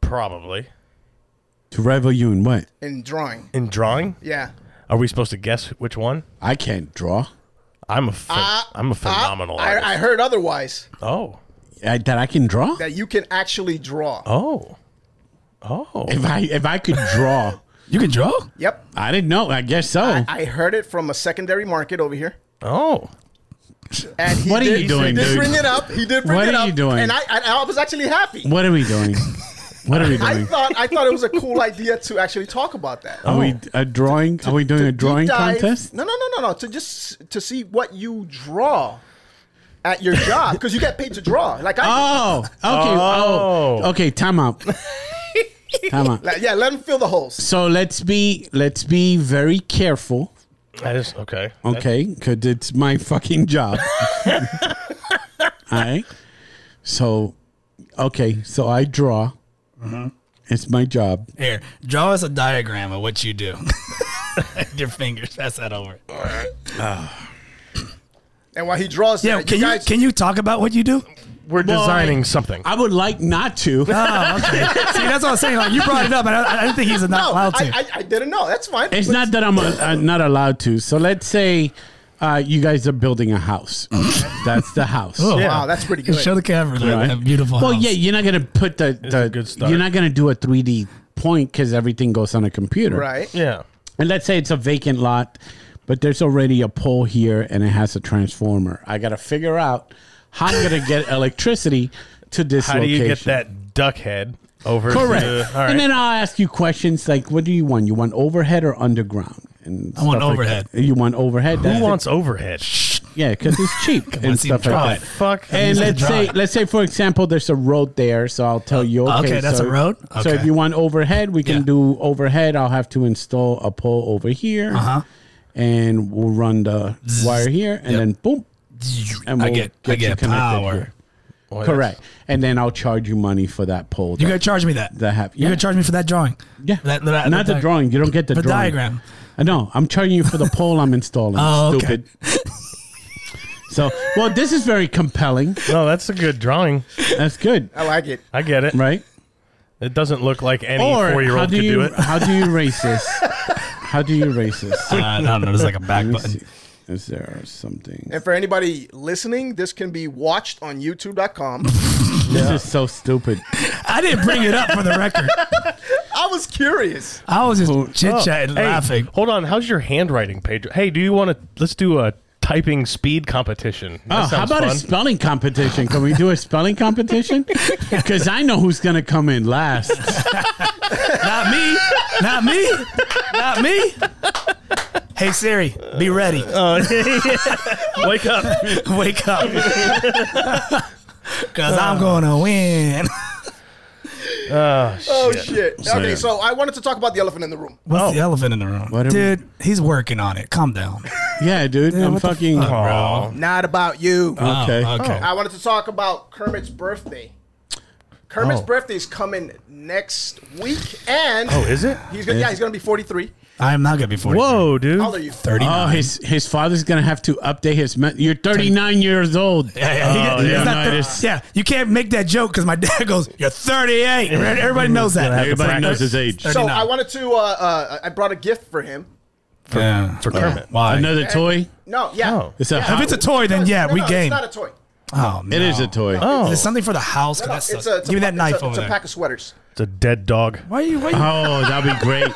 [SPEAKER 3] probably
[SPEAKER 2] To rival you in what?
[SPEAKER 4] in drawing.
[SPEAKER 3] in drawing.
[SPEAKER 4] Yeah.
[SPEAKER 3] Are we supposed to guess which one?
[SPEAKER 2] I can't draw.
[SPEAKER 3] I'm a ph- I'm a phenomenal
[SPEAKER 4] I,
[SPEAKER 3] artist.
[SPEAKER 4] I heard otherwise
[SPEAKER 3] oh,
[SPEAKER 2] I, that I can draw.
[SPEAKER 4] that you can actually draw.
[SPEAKER 3] oh, oh.
[SPEAKER 2] If I if I could draw,
[SPEAKER 1] You can draw?
[SPEAKER 4] Yep.
[SPEAKER 2] I didn't know. I guess so.
[SPEAKER 4] I heard it from a secondary market over here.
[SPEAKER 3] Oh,
[SPEAKER 4] And he
[SPEAKER 2] What are
[SPEAKER 4] did,
[SPEAKER 2] you doing,
[SPEAKER 4] He did
[SPEAKER 2] dude?
[SPEAKER 4] bring it up. He did bring
[SPEAKER 2] What
[SPEAKER 4] it
[SPEAKER 2] are
[SPEAKER 4] up.
[SPEAKER 2] you doing?
[SPEAKER 4] And I, I, I was actually happy.
[SPEAKER 2] what are we doing? What are we
[SPEAKER 4] I
[SPEAKER 2] doing?
[SPEAKER 4] thought I thought it was a cool idea to actually talk about that.
[SPEAKER 2] Are we a drawing? Are we doing a drawing
[SPEAKER 4] Oh. Deep dive-
[SPEAKER 2] contest?
[SPEAKER 4] No, no, no, no, no. To just to see what you draw at your job because you get paid to draw. Like I,
[SPEAKER 2] Oh, okay. Oh,
[SPEAKER 3] Oh.
[SPEAKER 2] okay. Time out. Time out.
[SPEAKER 4] like, yeah, let them fill the holes.
[SPEAKER 2] So let's be let's be very careful,
[SPEAKER 3] that is okay.
[SPEAKER 2] okay? Because it's my fucking job. All right. So, okay. So I draw.
[SPEAKER 4] Uh-huh.
[SPEAKER 2] It's my job.
[SPEAKER 1] Here, draw us a diagram of what you do. Your fingers. Pass that over.
[SPEAKER 4] And while he draws,
[SPEAKER 1] Yeah,
[SPEAKER 4] that,
[SPEAKER 1] can you,
[SPEAKER 4] guys,
[SPEAKER 1] can you talk about what you do?
[SPEAKER 3] We're designing something.
[SPEAKER 2] I would like not to.
[SPEAKER 1] Oh, okay. See, that's what I'm saying. Like you brought it up, and I, I didn't think he's not
[SPEAKER 4] no,
[SPEAKER 1] allowed to.
[SPEAKER 4] Oh, I, I, I didn't know. That's fine.
[SPEAKER 2] It's
[SPEAKER 4] But
[SPEAKER 2] not that I'm uh, not allowed to. So let's say uh, you guys are building a house. That's the house.
[SPEAKER 1] Oh,
[SPEAKER 3] yeah.
[SPEAKER 4] Wow, that's pretty good.
[SPEAKER 1] Show the camera that,
[SPEAKER 2] Right.
[SPEAKER 1] that beautiful.
[SPEAKER 2] Well,
[SPEAKER 1] house.
[SPEAKER 2] yeah, you're not gonna put the, the
[SPEAKER 3] a good start.
[SPEAKER 2] you're not gonna do a 3D point because everything goes on a computer,
[SPEAKER 4] right.
[SPEAKER 3] yeah.
[SPEAKER 2] And let's say it's a vacant lot, but there's already a pole here and it has a transformer. I gotta figure out how I'm gonna get electricity to this
[SPEAKER 3] How do
[SPEAKER 2] location.
[SPEAKER 3] you get that duck head over?
[SPEAKER 2] Correct.
[SPEAKER 3] To, all right.
[SPEAKER 2] And then I'll ask you questions like, "What do you want? You want overhead or underground?" And
[SPEAKER 1] I want
[SPEAKER 2] stuff like
[SPEAKER 1] overhead.
[SPEAKER 2] that. you want overhead.
[SPEAKER 3] Who wants overhead?
[SPEAKER 2] Yeah, because it's cheap
[SPEAKER 1] on,
[SPEAKER 2] and
[SPEAKER 1] see him
[SPEAKER 2] stuff like
[SPEAKER 1] try
[SPEAKER 2] that.
[SPEAKER 1] it.
[SPEAKER 3] Fuck.
[SPEAKER 2] And
[SPEAKER 1] Use the
[SPEAKER 2] let's
[SPEAKER 1] drive.
[SPEAKER 2] say, let's say, for example, there's a road there, so I'll tell you.
[SPEAKER 1] Uh,
[SPEAKER 2] Okay,
[SPEAKER 1] okay, that's
[SPEAKER 2] so-
[SPEAKER 1] a road?
[SPEAKER 2] So if
[SPEAKER 1] Okay.
[SPEAKER 2] you want overhead, we can
[SPEAKER 1] Yeah.
[SPEAKER 2] do overhead. I'll have to install a pole over here,
[SPEAKER 1] Uh-huh.
[SPEAKER 2] and we'll run the wire here, and
[SPEAKER 1] Yep.
[SPEAKER 2] then boom, and
[SPEAKER 1] I
[SPEAKER 2] we'll
[SPEAKER 1] get, I
[SPEAKER 2] you
[SPEAKER 1] get
[SPEAKER 2] connected
[SPEAKER 1] power.
[SPEAKER 2] here. Correct, and then I'll charge you money for that pole.
[SPEAKER 1] You're
[SPEAKER 2] that-
[SPEAKER 1] gonna charge me that.
[SPEAKER 2] that have
[SPEAKER 1] You're gonna charge me for that drawing.
[SPEAKER 2] yeah,
[SPEAKER 1] That, that,
[SPEAKER 2] not the
[SPEAKER 1] that-
[SPEAKER 2] drawing. You don't get the,
[SPEAKER 1] The
[SPEAKER 2] drawing.
[SPEAKER 1] diagram.
[SPEAKER 2] I know. I'm charging you for the pole I'm installing.
[SPEAKER 1] Oh, okay.
[SPEAKER 2] Stupid. so, well, this is very compelling.
[SPEAKER 3] No, that's a good drawing.
[SPEAKER 2] That's good,
[SPEAKER 4] I like it.
[SPEAKER 3] I get it.
[SPEAKER 2] right?
[SPEAKER 3] It doesn't look like any
[SPEAKER 2] Or
[SPEAKER 3] four year
[SPEAKER 2] how
[SPEAKER 3] old
[SPEAKER 2] do
[SPEAKER 3] could
[SPEAKER 2] you
[SPEAKER 3] do it.
[SPEAKER 2] how do you erase this? How do you erase this?
[SPEAKER 6] Uh, I don't know. There's like a back
[SPEAKER 2] Let me
[SPEAKER 6] button.
[SPEAKER 2] see. Is there something?
[SPEAKER 4] And for anybody listening, this can be watched on YouTube.com.
[SPEAKER 2] This is so stupid.
[SPEAKER 1] I didn't bring it up for the record.
[SPEAKER 4] I was curious.
[SPEAKER 1] I was just chit chatting,
[SPEAKER 3] Oh, Hey,
[SPEAKER 1] laughing.
[SPEAKER 3] Hold on. How's your handwriting, Pedro? Hey, do you want to? Let's do a typing speed competition. That
[SPEAKER 2] Oh, how
[SPEAKER 3] sounds
[SPEAKER 2] about a
[SPEAKER 3] fun.
[SPEAKER 2] spelling competition? Can we do a spelling competition? Because I know who's gonna come in last.
[SPEAKER 1] Not me. Not me. Not me. Hey Siri, be ready.
[SPEAKER 2] Oh,
[SPEAKER 3] Wake up.
[SPEAKER 1] Wake up. Cause I'm gonna win.
[SPEAKER 4] Oh shit. Okay,
[SPEAKER 2] yeah.
[SPEAKER 4] so I wanted to talk about the elephant in the room.
[SPEAKER 1] What's the elephant in the room?
[SPEAKER 2] Oh. What are we-
[SPEAKER 1] Dude, he's working on it. Calm down.
[SPEAKER 2] Yeah, dude. I'm
[SPEAKER 1] what the
[SPEAKER 2] fucking.
[SPEAKER 1] Oh.
[SPEAKER 4] Not about you.
[SPEAKER 2] Okay.
[SPEAKER 6] Oh, okay.
[SPEAKER 4] I wanted to talk about Kermit's birthday.
[SPEAKER 1] Oh.
[SPEAKER 4] Kermit's birthday is coming next week, and
[SPEAKER 3] Oh, is it?
[SPEAKER 4] he's gonna, yeah he's gonna be 43.
[SPEAKER 1] I am not gonna be 40.
[SPEAKER 3] Whoa, dude.
[SPEAKER 4] How old are you?
[SPEAKER 2] Oh, his his father's gonna have to update his. Me- You're 39 years old.
[SPEAKER 1] Yeah, yeah, he
[SPEAKER 2] Oh,
[SPEAKER 1] it's not
[SPEAKER 2] yeah, no,
[SPEAKER 1] thir-
[SPEAKER 2] it is-
[SPEAKER 1] yeah, you can't make that joke because my dad goes, "You're 38." Right? Everybody knows that.
[SPEAKER 2] Everybody knows his age.
[SPEAKER 1] Thirty-
[SPEAKER 4] So
[SPEAKER 1] 39.
[SPEAKER 4] I wanted to. Uh, uh, I brought a gift for him.
[SPEAKER 1] yeah. for
[SPEAKER 3] Kermit.
[SPEAKER 1] Why?
[SPEAKER 2] Another toy.
[SPEAKER 4] No, yeah.
[SPEAKER 3] Oh.
[SPEAKER 2] It's a.
[SPEAKER 1] if it's a toy, then yeah,
[SPEAKER 4] No,
[SPEAKER 1] we
[SPEAKER 4] no,
[SPEAKER 1] game.
[SPEAKER 4] It's not a toy.
[SPEAKER 1] oh, no.
[SPEAKER 2] It is a toy. Oh,
[SPEAKER 1] Is it something for the house?
[SPEAKER 4] No, no, it's
[SPEAKER 1] That's
[SPEAKER 4] a,
[SPEAKER 1] a,
[SPEAKER 4] it's a
[SPEAKER 1] Give me that
[SPEAKER 4] pack-
[SPEAKER 1] knife
[SPEAKER 4] it's a,
[SPEAKER 1] over
[SPEAKER 4] it's
[SPEAKER 1] there.
[SPEAKER 4] a pack of sweaters.
[SPEAKER 3] It's a dead dog.
[SPEAKER 1] why are you? Why you?
[SPEAKER 2] that'd be great.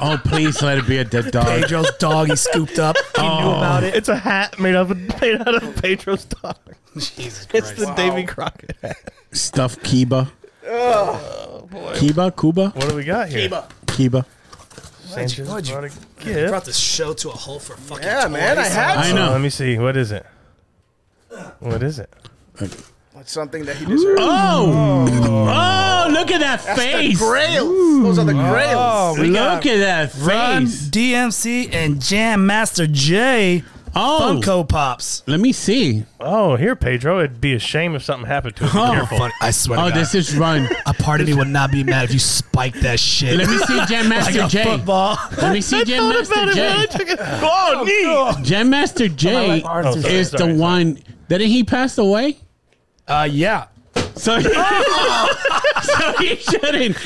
[SPEAKER 2] Oh, please let it be a dead dog. Oh.
[SPEAKER 1] Pedro's dog. He scooped up. He knew about it.
[SPEAKER 3] It's a hat made of made out of Pedro's dog. Jesus Christ. It's the Davy Crockett hat.
[SPEAKER 2] Stuff Kiba.
[SPEAKER 1] Oh,
[SPEAKER 2] Kiba, Kuba,
[SPEAKER 3] What do we got here?
[SPEAKER 4] Eba.
[SPEAKER 2] Kiba.
[SPEAKER 3] Sanchez
[SPEAKER 1] why'd you-
[SPEAKER 3] brought a gift.
[SPEAKER 1] this show to a hole for fucking.
[SPEAKER 4] Yeah, man, I had
[SPEAKER 2] I
[SPEAKER 3] Uh,
[SPEAKER 2] know.
[SPEAKER 3] let me see. What is it? What is it?
[SPEAKER 4] It's something that he deserved.
[SPEAKER 2] Oh, oh, look at that face.
[SPEAKER 4] Grails. Those are the grails.
[SPEAKER 1] we
[SPEAKER 2] Look
[SPEAKER 1] got
[SPEAKER 2] at that face.
[SPEAKER 1] Run DMC and Jam Master J
[SPEAKER 2] Oh,
[SPEAKER 1] Funko Pops.
[SPEAKER 2] let me see.
[SPEAKER 3] Oh, here, Pedro. It'd be a shame if something happened to it. Be
[SPEAKER 2] Oh.
[SPEAKER 3] careful.
[SPEAKER 1] Funny. I swear.
[SPEAKER 2] Oh,
[SPEAKER 1] to God.
[SPEAKER 2] this is Run.
[SPEAKER 1] a part of me would not be mad if you spiked that shit.
[SPEAKER 2] Let me see Jam Master
[SPEAKER 1] like a
[SPEAKER 2] J.
[SPEAKER 1] football.
[SPEAKER 2] Let me see Jam Master J.
[SPEAKER 3] Oh, neat.
[SPEAKER 2] Jam Master J
[SPEAKER 3] Oh, sorry,
[SPEAKER 2] is the
[SPEAKER 3] sorry, sorry.
[SPEAKER 2] one. Didn't he pass away?
[SPEAKER 1] Uh, yeah.
[SPEAKER 2] So he, so he shouldn't.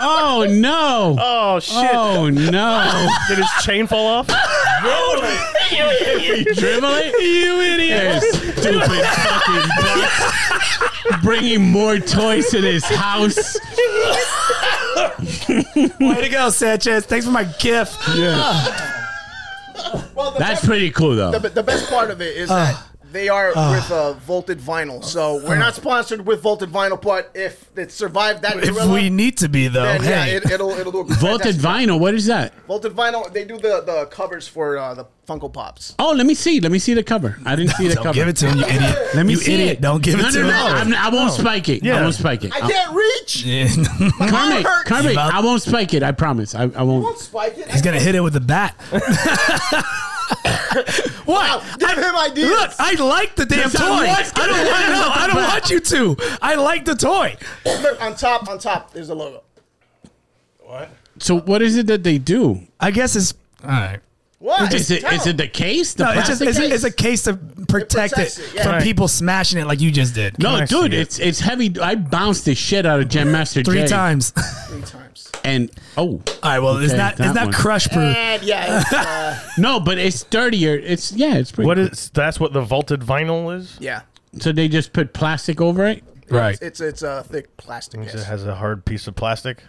[SPEAKER 2] Oh no!
[SPEAKER 3] Oh, shit.
[SPEAKER 2] Oh no!
[SPEAKER 3] Did his chain fall off?
[SPEAKER 2] Dribble it, you idiot! Stupid fucking butt. Bringing more toys to this house.
[SPEAKER 1] Way to go, Sanchez. Thanks for my gift.
[SPEAKER 2] Yeah,
[SPEAKER 4] Well, the
[SPEAKER 2] that's
[SPEAKER 4] best-
[SPEAKER 2] pretty cool though.
[SPEAKER 4] the, the best part of it is
[SPEAKER 1] Ah.
[SPEAKER 4] that they are with uh, vaulted vinyl. So we're not sponsored with vaulted vinyl, but if it survived that
[SPEAKER 1] If
[SPEAKER 4] gorilla,
[SPEAKER 1] we need to be though,
[SPEAKER 4] then yeah,
[SPEAKER 1] hey,
[SPEAKER 4] it, it'll it'll do a
[SPEAKER 2] Vaulted
[SPEAKER 4] fantastic-
[SPEAKER 2] vinyl. What is that?
[SPEAKER 4] Vaulted vinyl. They do the the covers for uh, the Funko Pops.
[SPEAKER 2] Oh, let me see. Let me see the cover. I didn't see the
[SPEAKER 1] don't
[SPEAKER 2] cover.
[SPEAKER 1] give it to him, you idiot.
[SPEAKER 2] Let me
[SPEAKER 1] you
[SPEAKER 2] see
[SPEAKER 1] idiot.
[SPEAKER 2] it.
[SPEAKER 1] Don't give
[SPEAKER 2] no,
[SPEAKER 1] it to
[SPEAKER 2] no,
[SPEAKER 1] him.
[SPEAKER 2] No, I'm, I won't spike it.
[SPEAKER 3] Yeah.
[SPEAKER 2] I won't spike it.
[SPEAKER 4] I can't reach.
[SPEAKER 1] Ah. Yeah.
[SPEAKER 2] Kermit,
[SPEAKER 4] hurt.
[SPEAKER 2] Kermit,
[SPEAKER 1] About-
[SPEAKER 2] I won't spike it. I promise. I, I
[SPEAKER 4] Don't
[SPEAKER 2] won't.
[SPEAKER 4] spike it.
[SPEAKER 1] He's gonna hit it with a bat. what?
[SPEAKER 4] Give him ideas.
[SPEAKER 1] Look, I like the damn
[SPEAKER 2] Yes,
[SPEAKER 1] toy.
[SPEAKER 2] I
[SPEAKER 1] I
[SPEAKER 2] was
[SPEAKER 1] don't
[SPEAKER 2] gonna
[SPEAKER 1] want. No, I don't want you to. I like the toy.
[SPEAKER 4] Look, on top, on top. There's the logo.
[SPEAKER 2] So what is it that they do?
[SPEAKER 1] I guess it's all right.
[SPEAKER 4] What?
[SPEAKER 2] Is it is it the case? The
[SPEAKER 1] No, Uh, it's just
[SPEAKER 2] plastic
[SPEAKER 1] it's,
[SPEAKER 2] case?
[SPEAKER 1] a- it's a case to protect it,
[SPEAKER 4] protects it, yeah.
[SPEAKER 1] from
[SPEAKER 3] Right.
[SPEAKER 1] people smashing it like you just did.
[SPEAKER 2] no,
[SPEAKER 3] Can I
[SPEAKER 2] dude,
[SPEAKER 3] see it?
[SPEAKER 2] it's it's heavy. I bounced the shit out of Jam Master
[SPEAKER 1] Three
[SPEAKER 2] Jay.
[SPEAKER 1] times. All
[SPEAKER 4] three times?
[SPEAKER 2] and oh
[SPEAKER 1] right. Well, it's
[SPEAKER 2] Okay,
[SPEAKER 1] not
[SPEAKER 2] that
[SPEAKER 1] it's not
[SPEAKER 2] one.
[SPEAKER 1] crush proof.
[SPEAKER 4] And yeah, it's, uh,
[SPEAKER 2] no, but it's sturdier. It's yeah, it's pretty.
[SPEAKER 3] What is that's what the vaulted vinyl is?
[SPEAKER 4] yeah.
[SPEAKER 2] so they just put plastic over it?
[SPEAKER 1] Right.
[SPEAKER 4] It's it's uh, thick plastic.
[SPEAKER 3] Means It
[SPEAKER 4] Yes.
[SPEAKER 3] has a hard piece of plastic,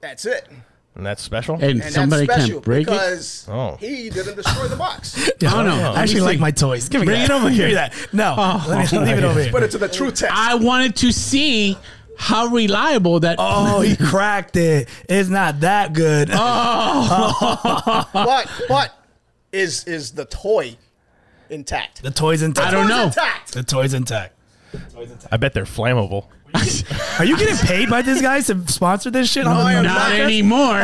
[SPEAKER 4] That's it.
[SPEAKER 3] and that's special.
[SPEAKER 2] And,
[SPEAKER 4] And
[SPEAKER 2] somebody
[SPEAKER 4] that's
[SPEAKER 2] can't
[SPEAKER 4] special
[SPEAKER 2] break it.
[SPEAKER 4] because
[SPEAKER 3] Oh.
[SPEAKER 4] he didn't destroy the box.
[SPEAKER 2] Oh, no. Let
[SPEAKER 1] I
[SPEAKER 2] me
[SPEAKER 1] actually like
[SPEAKER 2] see.
[SPEAKER 1] my toys. Give me
[SPEAKER 2] Bring
[SPEAKER 1] that.
[SPEAKER 2] it over
[SPEAKER 1] Give
[SPEAKER 2] here.
[SPEAKER 1] me that. No. let me leave it over here.
[SPEAKER 4] Put it to the true test.
[SPEAKER 2] I wanted to see how reliable that.
[SPEAKER 1] Oh, he cracked it. It's not that good.
[SPEAKER 4] but but is is the toy intact?
[SPEAKER 1] The toy's intact.
[SPEAKER 2] I don't know.
[SPEAKER 4] Intact.
[SPEAKER 1] The toy's intact.
[SPEAKER 3] I bet they're flammable.
[SPEAKER 1] Are you getting paid by these guys to sponsor this shit? on the-
[SPEAKER 2] not anymore.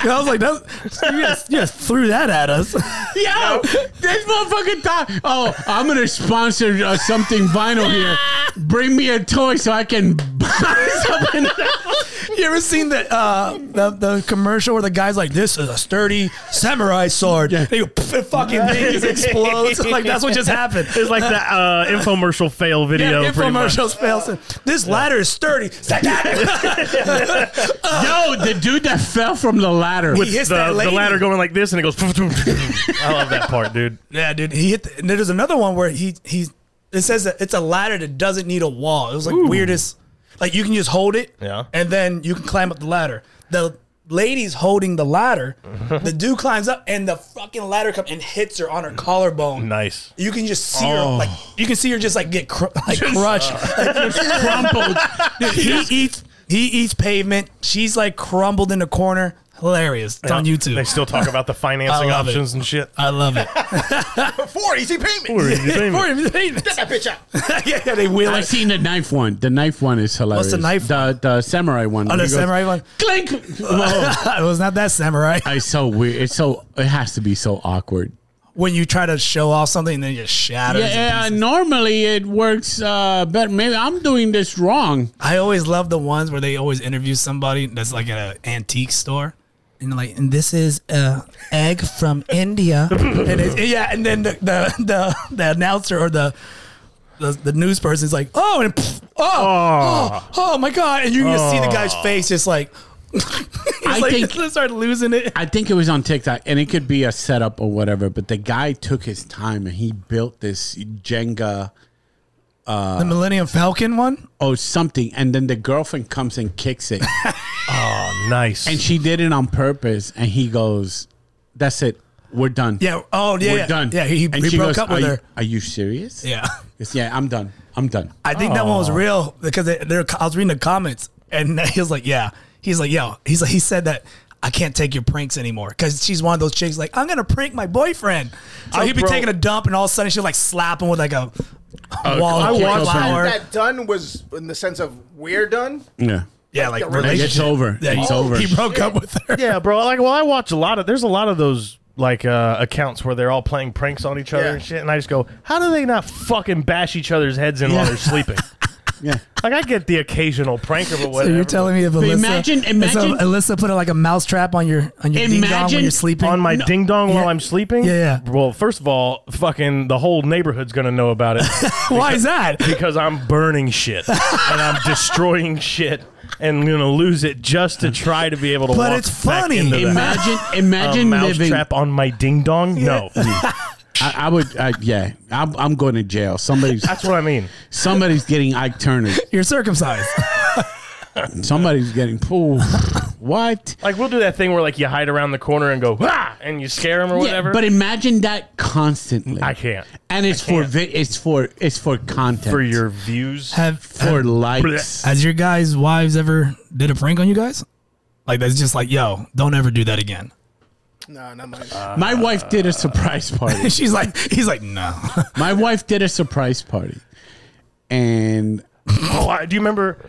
[SPEAKER 1] I was like, that's, you, just, you just threw that at us.
[SPEAKER 2] Yo, this motherfucking thought. Oh, I'm gonna sponsor uh, something vinyl here. Bring me a toy so I can buy something.
[SPEAKER 1] You ever seen the, uh, the the commercial where the guy's like, "This is a sturdy samurai sword." Yeah. They go, "Pff," it fucking thing just explodes. like that's what just happened.
[SPEAKER 6] It's like that uh, infomercial fail video.
[SPEAKER 1] yeah,
[SPEAKER 6] pretty much.
[SPEAKER 1] infomercials fails. This ladder is sturdy.
[SPEAKER 2] Yo, the dude that fell from the ladder.
[SPEAKER 1] With- He hits
[SPEAKER 6] the,
[SPEAKER 1] that
[SPEAKER 6] the
[SPEAKER 1] lady.
[SPEAKER 6] ladder going like this, and it goes. I love that part, dude.
[SPEAKER 1] yeah, dude. He hit. The, and there's another one where he he. It says that it's a ladder that doesn't need a wall. It was like weirdest. Like you can just hold it.
[SPEAKER 3] Yeah.
[SPEAKER 1] And then you can climb up the ladder. The lady's holding the ladder. the dude climbs up and the fucking ladder comes and hits her on her collarbone.
[SPEAKER 3] Nice.
[SPEAKER 1] You can just see her like you can see her just like get cr- like crushed, crumpled. Dude, he eats he eats pavement. She's like crumbled in the corner. Hilarious. It's on
[SPEAKER 3] Yeah.
[SPEAKER 1] YouTube.
[SPEAKER 3] They still talk about the financing
[SPEAKER 1] I love it.
[SPEAKER 3] options and shit.
[SPEAKER 1] I love it.
[SPEAKER 4] Four easy payments.
[SPEAKER 6] Or is it-
[SPEAKER 1] Or if they-
[SPEAKER 4] Get that bitch out.
[SPEAKER 1] yeah, yeah, they wheel
[SPEAKER 2] I've
[SPEAKER 1] it.
[SPEAKER 2] seen the knife one. The knife one is hilarious.
[SPEAKER 1] the knife
[SPEAKER 2] The, the samurai one.
[SPEAKER 1] Oh,
[SPEAKER 2] He
[SPEAKER 1] the
[SPEAKER 2] goes,
[SPEAKER 1] samurai one.
[SPEAKER 2] Clink. Whoa.
[SPEAKER 1] it was not that samurai.
[SPEAKER 2] it's so weird. It's so. It has to be so awkward.
[SPEAKER 1] When you try to show off something and then you shatters.
[SPEAKER 2] Yeah, uh, normally it works uh, better. Maybe I'm doing this wrong.
[SPEAKER 1] I always love the ones where they always interview somebody that's like at an antique store. And like, and this is a egg from India. and it's, yeah, and then the, the the the announcer or the the, the news person is like, oh, and pff, oh,
[SPEAKER 2] Ah.
[SPEAKER 1] oh, oh, my god! And you can just see the guy's face, just like, I
[SPEAKER 2] I
[SPEAKER 1] like,
[SPEAKER 2] think-
[SPEAKER 1] they start losing it.
[SPEAKER 2] I think it was on TikTok, and it could be a setup or whatever. But the guy took his time and he built this Jenga
[SPEAKER 1] the Millennium Falcon one.
[SPEAKER 2] or something, and then the girlfriend comes and kicks it,
[SPEAKER 3] Nice.
[SPEAKER 2] and she did it on purpose. And he goes, "That's it, we're done.
[SPEAKER 1] Yeah. Oh, yeah.
[SPEAKER 2] we're
[SPEAKER 1] yeah.
[SPEAKER 2] done."
[SPEAKER 1] Yeah, he, he
[SPEAKER 2] And
[SPEAKER 1] broke
[SPEAKER 2] she goes,
[SPEAKER 1] up with
[SPEAKER 2] are, you-
[SPEAKER 1] her.
[SPEAKER 2] Are you serious?
[SPEAKER 1] Yeah.
[SPEAKER 2] It's, yeah, I'm done. I'm done.
[SPEAKER 1] I think that one was real because they, they're. I was reading the comments, and he was like, "Yeah." He's like, "Yo," he's like, he said that I can't take your pranks anymore because she's one of those chicks like I'm gonna prank my boyfriend. So
[SPEAKER 3] I
[SPEAKER 1] he'd be
[SPEAKER 3] broke-
[SPEAKER 1] taking a dump, and all of a sudden she'll like slap him with like a wall
[SPEAKER 2] I
[SPEAKER 1] of
[SPEAKER 2] watched
[SPEAKER 1] flour.
[SPEAKER 4] That done was in the sense of we're done.
[SPEAKER 2] Yeah,
[SPEAKER 1] yeah, like
[SPEAKER 4] It's
[SPEAKER 2] it's
[SPEAKER 1] relationship.
[SPEAKER 2] over.
[SPEAKER 1] Yeah,
[SPEAKER 2] it's
[SPEAKER 1] he-
[SPEAKER 2] over.
[SPEAKER 1] He broke up with her.
[SPEAKER 3] Yeah, bro. Like, well, I watch a lot of. There's a lot of those like uh, accounts where they're all playing pranks on each other
[SPEAKER 4] Yeah.
[SPEAKER 3] and shit, and I just go, how do they not fucking bash each other's heads in while they're sleeping?
[SPEAKER 2] yeah.
[SPEAKER 3] Like, I get the occasional prank or whatever.
[SPEAKER 1] So you're telling me if Alyssa,
[SPEAKER 2] imagine- imagine-
[SPEAKER 1] if Alyssa put like a mouse trap on your on your ding dong
[SPEAKER 2] Imagine
[SPEAKER 1] when you're sleeping
[SPEAKER 3] on my ding dong while I'm sleeping?
[SPEAKER 1] Yeah, yeah.
[SPEAKER 3] Well, first of all, fucking the whole neighborhood's gonna know about it
[SPEAKER 1] Why is that?
[SPEAKER 3] because I'm burning shit and I'm destroying shit and gonna lose it just to try to be able to.
[SPEAKER 1] But
[SPEAKER 3] walk
[SPEAKER 1] it's
[SPEAKER 3] back
[SPEAKER 1] funny.
[SPEAKER 3] Into the house.
[SPEAKER 2] Imagine,
[SPEAKER 3] a
[SPEAKER 2] imagine
[SPEAKER 3] mouse
[SPEAKER 2] living.
[SPEAKER 3] trap on my ding dong? No,
[SPEAKER 2] I, I would, I, yeah, I'm, I'm going to jail. Somebody's,
[SPEAKER 3] that's what I mean.
[SPEAKER 2] somebody's getting Ike Turner.
[SPEAKER 1] You're circumcised.
[SPEAKER 2] Somebody's getting pulled. What?
[SPEAKER 3] Like we'll do that thing where like you hide around the corner and go ah, and you scare him or whatever.
[SPEAKER 2] Yeah, but imagine that constantly.
[SPEAKER 3] I can't
[SPEAKER 2] And it's for vi- it's for it's for content
[SPEAKER 3] for your views.
[SPEAKER 1] Have
[SPEAKER 2] for likes.
[SPEAKER 1] Has your guys' wives ever did a prank on you guys? Like that's just like, yo, don't ever do that again.
[SPEAKER 4] No, not mine.
[SPEAKER 3] Uh,
[SPEAKER 2] My wife did a surprise party.
[SPEAKER 1] She's like, he's like, no.
[SPEAKER 2] My wife did a surprise party, and
[SPEAKER 3] Oh, I, do you remember?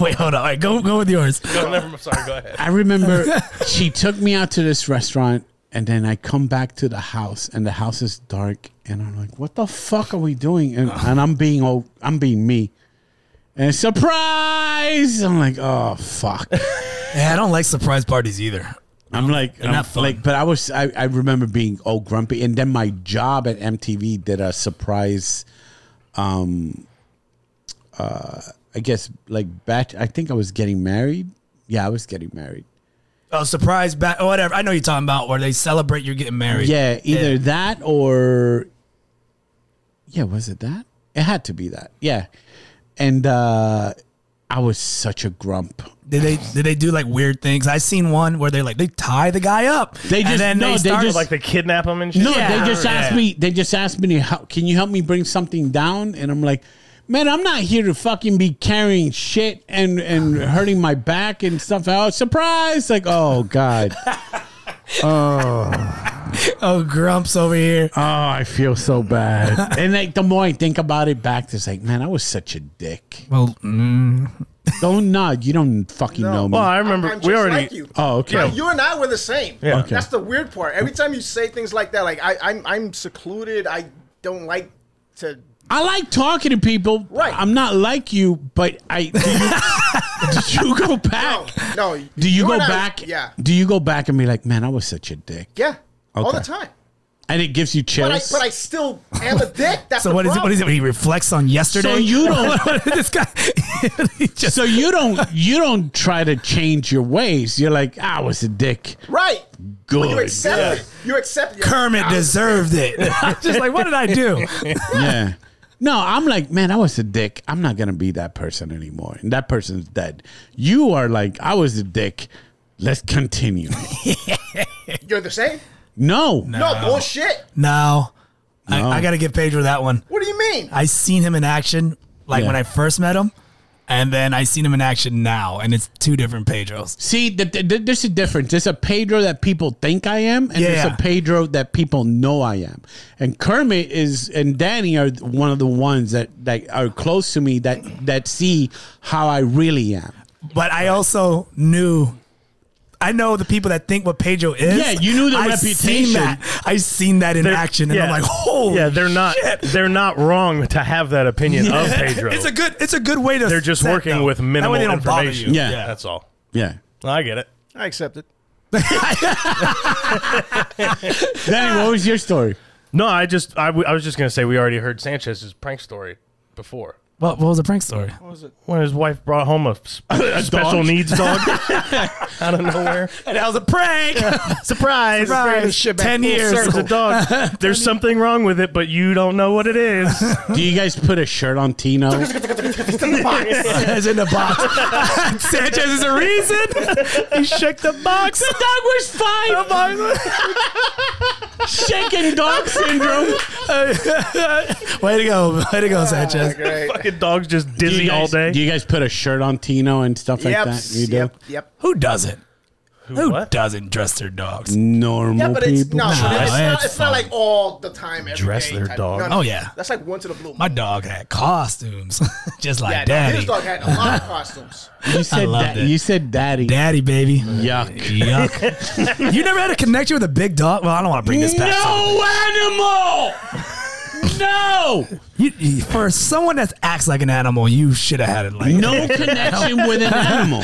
[SPEAKER 1] Wait, hold on. All right, go go with yours.
[SPEAKER 3] No, never. Sorry, go ahead.
[SPEAKER 2] I remember she took me out to this restaurant and then I come back to the house and the house is dark and I'm like, what the fuck are we doing? And, and I'm being old, I'm being me. And surprise! I'm like, oh fuck.
[SPEAKER 1] Yeah, I don't like surprise parties either.
[SPEAKER 2] I'm like, I'm
[SPEAKER 1] not fun.
[SPEAKER 2] like, but I was, I, I remember being old grumpy. And then my job at MTV did a surprise, um, uh, I guess like batch. I think I was getting married. Yeah, I was getting married.
[SPEAKER 1] Oh, surprise back or whatever. I know you're talking about where they celebrate you're getting married.
[SPEAKER 2] Yeah, either that or yeah, was it that? It had to be that. Yeah, and uh, I was such a grump.
[SPEAKER 1] Did they did they do like weird things? I seen one where they like they tie the guy up.
[SPEAKER 2] They
[SPEAKER 1] and
[SPEAKER 2] just-
[SPEAKER 1] then
[SPEAKER 2] no,
[SPEAKER 1] they
[SPEAKER 2] they
[SPEAKER 1] start
[SPEAKER 2] just-
[SPEAKER 3] Like they kidnap him and shit.
[SPEAKER 2] No,
[SPEAKER 1] Yeah.
[SPEAKER 2] they just asked
[SPEAKER 3] Yeah.
[SPEAKER 2] me. They just asked me, to help, "Can you help me bring something down?" And I'm like. Man, I'm not here to fucking be carrying shit and, and hurting my back and stuff. Oh, surprise! Like, oh god,
[SPEAKER 1] oh grumps over here.
[SPEAKER 2] oh, I feel so bad. And like, the more I think about it, back to it's like, man, I was such a dick.
[SPEAKER 1] Well,
[SPEAKER 2] Don't nod. You don't fucking know me.
[SPEAKER 3] Well, I remember
[SPEAKER 4] I'm
[SPEAKER 3] we
[SPEAKER 4] just
[SPEAKER 3] already.
[SPEAKER 4] like you.
[SPEAKER 2] Oh, okay.
[SPEAKER 4] Yeah, you and I were the same.
[SPEAKER 3] Yeah.
[SPEAKER 2] Okay.
[SPEAKER 4] That's the weird part. Every time you say things like that, like I, I'm, I'm secluded. I don't like to
[SPEAKER 2] I like talking to people.
[SPEAKER 4] Right.
[SPEAKER 2] I'm not like you, but I. Did you, did you go back?
[SPEAKER 4] No, no,
[SPEAKER 2] Do you,
[SPEAKER 4] you
[SPEAKER 2] go
[SPEAKER 4] and I-
[SPEAKER 2] back?
[SPEAKER 4] yeah.
[SPEAKER 2] Do you go back and be like, man, I was such a dick,
[SPEAKER 4] Yeah, all
[SPEAKER 2] Okay.
[SPEAKER 4] the time.
[SPEAKER 2] and it gives you
[SPEAKER 4] But I,
[SPEAKER 2] chills.
[SPEAKER 4] but I still am a dick. That's
[SPEAKER 1] So
[SPEAKER 4] the
[SPEAKER 1] what is it? What
[SPEAKER 4] problem.
[SPEAKER 1] is it? He reflects on yesterday.
[SPEAKER 2] So you don't-
[SPEAKER 1] What is this guy? He just-
[SPEAKER 2] so you don't you don't try to change your ways. You're like, "Ah, I was a dick.
[SPEAKER 4] Right.
[SPEAKER 2] Good.
[SPEAKER 4] You accept it. You accept it.
[SPEAKER 1] Kermit deserved it. I'm just like, what did I do?
[SPEAKER 2] yeah. No, I'm like, man, I was a dick. I'm not gonna be that person anymore. And that person's dead. You are like, I was a dick. Let's continue.
[SPEAKER 4] You're the same.
[SPEAKER 2] No.
[SPEAKER 4] No bullshit.
[SPEAKER 1] No, I, I got to give Pedro that one.
[SPEAKER 4] What do you mean?
[SPEAKER 1] I seen him in action, like
[SPEAKER 2] Yeah.
[SPEAKER 1] when I first met him, and then I seen him in action now, and it's two different Pedros.
[SPEAKER 2] See, th- th- th- there's a difference. There's a Pedro that people think I am, and there's
[SPEAKER 1] Yeah.
[SPEAKER 2] a Pedro that people know I am. And Kermit is and Danny are one of the ones that, that are close to me that that see how I really am.
[SPEAKER 1] But I also knew. I know the people that think what Pedro is.
[SPEAKER 2] Yeah, you knew the
[SPEAKER 1] I've Seen
[SPEAKER 2] reputation.
[SPEAKER 1] that. I've seen that in
[SPEAKER 3] They're-
[SPEAKER 1] action, and
[SPEAKER 3] yeah.
[SPEAKER 1] I'm like, holy
[SPEAKER 3] yeah, they're not
[SPEAKER 1] shit.
[SPEAKER 3] they're not wrong to have that opinion of Pedro.
[SPEAKER 1] It's a good. It's a good way to.
[SPEAKER 3] they're just
[SPEAKER 1] set,
[SPEAKER 3] working
[SPEAKER 1] though.
[SPEAKER 3] with
[SPEAKER 1] That way
[SPEAKER 3] minimal
[SPEAKER 1] they don't bother
[SPEAKER 3] information.
[SPEAKER 1] you.
[SPEAKER 2] Yeah.
[SPEAKER 3] that's all.
[SPEAKER 2] Yeah.
[SPEAKER 3] I get it.
[SPEAKER 4] I accept it.
[SPEAKER 2] Danny, what was your story?
[SPEAKER 3] No, I just I, w- I was just gonna say we already heard Sanchez's prank story before.
[SPEAKER 1] What, what was the prank story?
[SPEAKER 3] When his wife brought home a, s- special
[SPEAKER 2] dog?
[SPEAKER 3] needs dog out of nowhere.
[SPEAKER 1] That was a prank.
[SPEAKER 3] Surprise!
[SPEAKER 1] Surprise. Shit back Ten full years.
[SPEAKER 3] It's
[SPEAKER 1] circle.
[SPEAKER 3] a dog. There's something wrong with it, but you don't know what it is.
[SPEAKER 2] Do you guys put a shirt on Tino?
[SPEAKER 1] Sanchez in the box. Sanchez is a reason. He shook the box. The dog was fine.
[SPEAKER 2] Shaking dog syndrome.
[SPEAKER 1] Way to go. Way to go, Sanchez.
[SPEAKER 4] Great.
[SPEAKER 3] Fucking dog's just
[SPEAKER 2] Do
[SPEAKER 3] dizzy
[SPEAKER 2] you guys,
[SPEAKER 3] all day.
[SPEAKER 2] Do you guys put a shirt on Tino and stuff like
[SPEAKER 4] Yep.
[SPEAKER 2] that? You do.
[SPEAKER 4] Yep. Yep.
[SPEAKER 1] Who doesn't? Who
[SPEAKER 3] what?
[SPEAKER 1] doesn't dress their dogs?
[SPEAKER 2] Normal
[SPEAKER 4] Yeah, but
[SPEAKER 2] people.
[SPEAKER 4] it's no, but it's,
[SPEAKER 1] Nah,
[SPEAKER 4] not,
[SPEAKER 1] it's
[SPEAKER 4] it's not
[SPEAKER 1] fine.
[SPEAKER 4] like all the time. every
[SPEAKER 3] Dress
[SPEAKER 4] day
[SPEAKER 3] their
[SPEAKER 4] type-
[SPEAKER 3] dog.
[SPEAKER 1] Oh, yeah.
[SPEAKER 4] that's like once in a blue.
[SPEAKER 1] My dog had costumes, just like
[SPEAKER 4] yeah, no,
[SPEAKER 1] daddy.
[SPEAKER 4] his dog had a lot of costumes.
[SPEAKER 2] You said
[SPEAKER 1] loved
[SPEAKER 2] da-
[SPEAKER 1] it.
[SPEAKER 2] you said daddy.
[SPEAKER 1] Daddy, baby.
[SPEAKER 2] Yuck.
[SPEAKER 1] Yuck. you never had a connection with a big dog? Well, I don't want to bring this back.
[SPEAKER 2] No animal. No.
[SPEAKER 1] You, you- for someone that acts like an animal, you should have had it like
[SPEAKER 2] No connection with an animal.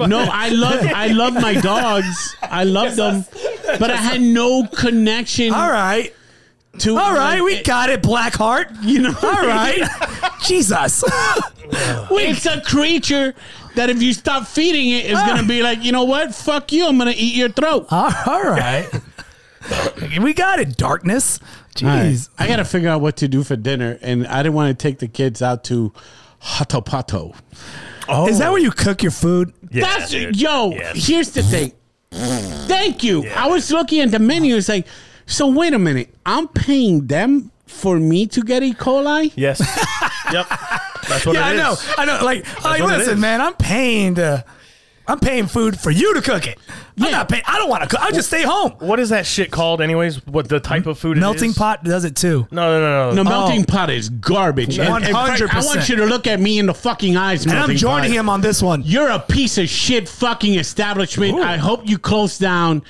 [SPEAKER 2] No, I love I love my dogs. I love them. But I had no connection
[SPEAKER 1] All right.
[SPEAKER 2] to
[SPEAKER 1] All right, we got it, Blackheart. You know, all right, Jesus.
[SPEAKER 2] It's a creature that if you stop feeding it, it's gonna be like, you know what? Fuck you, I'm gonna eat your throat.
[SPEAKER 1] all right, we got it. Darkness. Jeez.
[SPEAKER 2] I gotta figure out what to do for dinner, and I didn't want to take the kids out to Hatapato.
[SPEAKER 1] Is that where you cook your food?
[SPEAKER 3] Oh. Yeah,
[SPEAKER 2] That's
[SPEAKER 3] dude.
[SPEAKER 2] yo.
[SPEAKER 3] Yeah.
[SPEAKER 2] Here's the thing. Thank you. I was looking at the menu. It's like, so wait a minute. I'm paying them for me to get E. coli.
[SPEAKER 3] Yes. yep. That's what
[SPEAKER 1] Yeah, I
[SPEAKER 3] it is.
[SPEAKER 1] know. I know. Like, like
[SPEAKER 3] what it
[SPEAKER 1] listen,
[SPEAKER 3] is.
[SPEAKER 1] man, I'm paying to, I'm paying food for you to cook it. I'm not paying. I don't want to cook. I'll just stay home.
[SPEAKER 3] What is that shit called, anyways? What the type of food? it
[SPEAKER 1] Melting
[SPEAKER 3] is?
[SPEAKER 1] pot does it too.
[SPEAKER 3] No, no, no, no.
[SPEAKER 1] Oh.
[SPEAKER 2] The melting pot is garbage. And- and Frank, I
[SPEAKER 1] 100%.
[SPEAKER 2] want you to look at me in the fucking eyes.
[SPEAKER 1] And I'm
[SPEAKER 2] melting
[SPEAKER 1] joining
[SPEAKER 2] pot.
[SPEAKER 1] him on this one.
[SPEAKER 2] You're a piece of shit fucking establishment. I hope you close down.